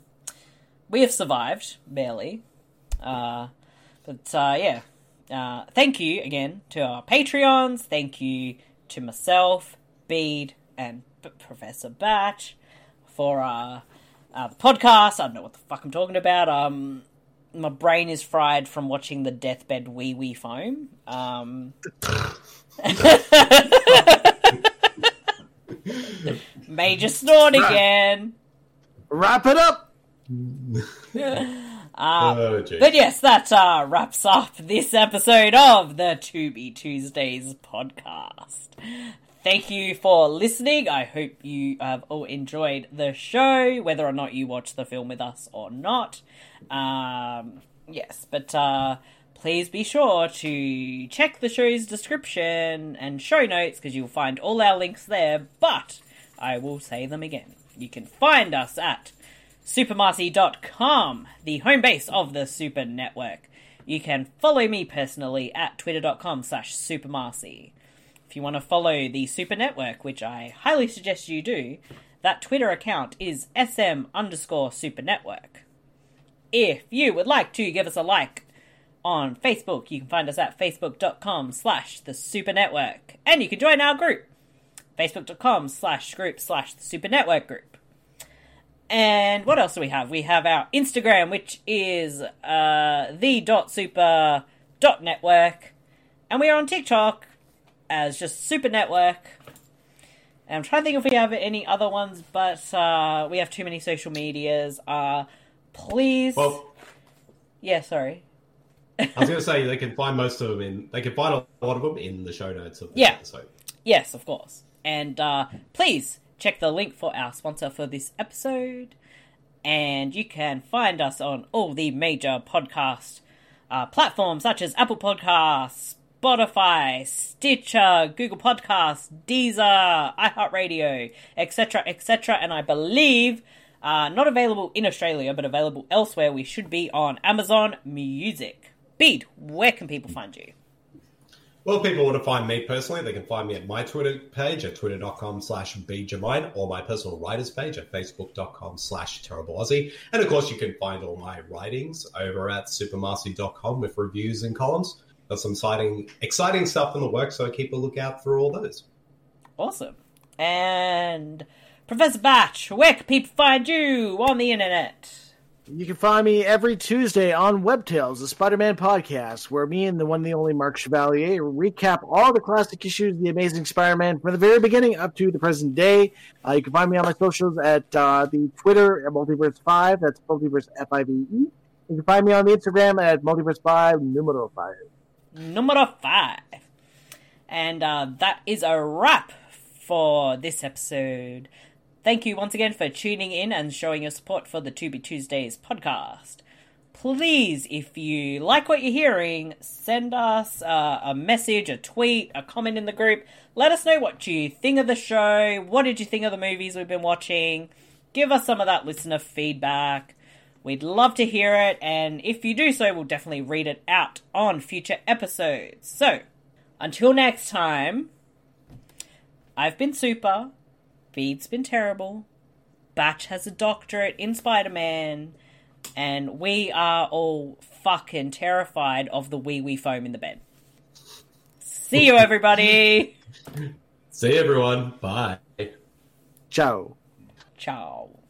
we have survived, barely. Uh, but uh, yeah. Uh, thank you again to our Patreons. Thank you to myself, Bede, and P- Professor Batch for uh, uh, the podcast. I don't know what the fuck I'm talking about. Um, my brain is fried from watching the Deathbed Wee Wee Foam. Um, Major snort again.
Wrap it up.
Ah,
oh, geez.
But yes, that uh, wraps up this episode of the To Be Tuesdays podcast. Thank you for listening. I hope you have all enjoyed the show, whether or not you watch the film with us or not. Um, yes, but uh, please be sure to check the show's description and show notes because you'll find all our links there. But I will say them again. You can find us at supermarcy.com, the home base of the Super Network. You can follow me personally at twitter.com slash supermarcy. If you want to follow the Super Network, which I highly suggest you do, that Twitter account is sm underscore super network. If you would like to give us a like on Facebook, you can find us at facebook.com slash the super network. And you can join our group, facebook.com slash group slash the super network group. And what else do we have? We have our Instagram, which is uh, the.super.network. And we are on TikTok as just Super Network. And I'm trying to think if we have any other ones, but uh, we have too many social medias. Uh, please.
Well,
yeah, sorry.
I was going to say they can find most of them in. They can find a lot of them in the show notes of this
Yeah.
episode.
Yes, of course. And uh, please check the link for our sponsor for this episode. And you can find us on all the major podcast uh, platforms such as Apple Podcasts, Spotify, Stitcher, Google Podcasts, Deezer, iHeartRadio, etc., etc. And I believe uh, not available in Australia, but available elsewhere. We should be on Amazon Music. Bede, where can people find you?
Well, if people want to find me personally, they can find me at my Twitter page at twitter.com slash bjamine or my personal writers page at facebook.com slash terrible Aussie. And of course, you can find all my writings over at supermarcy.com with reviews and columns. There's some exciting, exciting stuff in the works, so keep a lookout for all those.
Awesome. And Professor Batch, where can people find you on the internet?
You can find me every Tuesday on Web Tales, the Spider Man podcast, where me and the one and the only Mark Chevalier recap all the classic issues of The Amazing Spider Man from the very beginning up to the present day. Uh, you can find me on my socials at uh, the Twitter at Multiverse5, that's Multiverse F-I-V-E. E. You can find me on the Instagram at Multiverse5 Numero 5.
Number five. And uh, that is a wrap for this episode. Thank you once again for tuning in and showing your support for the 2B Tuesdays podcast. Please, if you like what you're hearing, send us uh, a message, a tweet, a comment in the group. Let us know what you think of the show. What did you think of the movies we've been watching? Give us some of that listener feedback. We'd love to hear it, and if you do so, we'll definitely read it out on future episodes. So, until next time, I've been super, Bede's been terrible, Batch has a doctorate in Spider Man, and we are all fucking terrified of the wee wee foam in the bed. See you, everybody!
See you, everyone. Bye.
Ciao.
Ciao.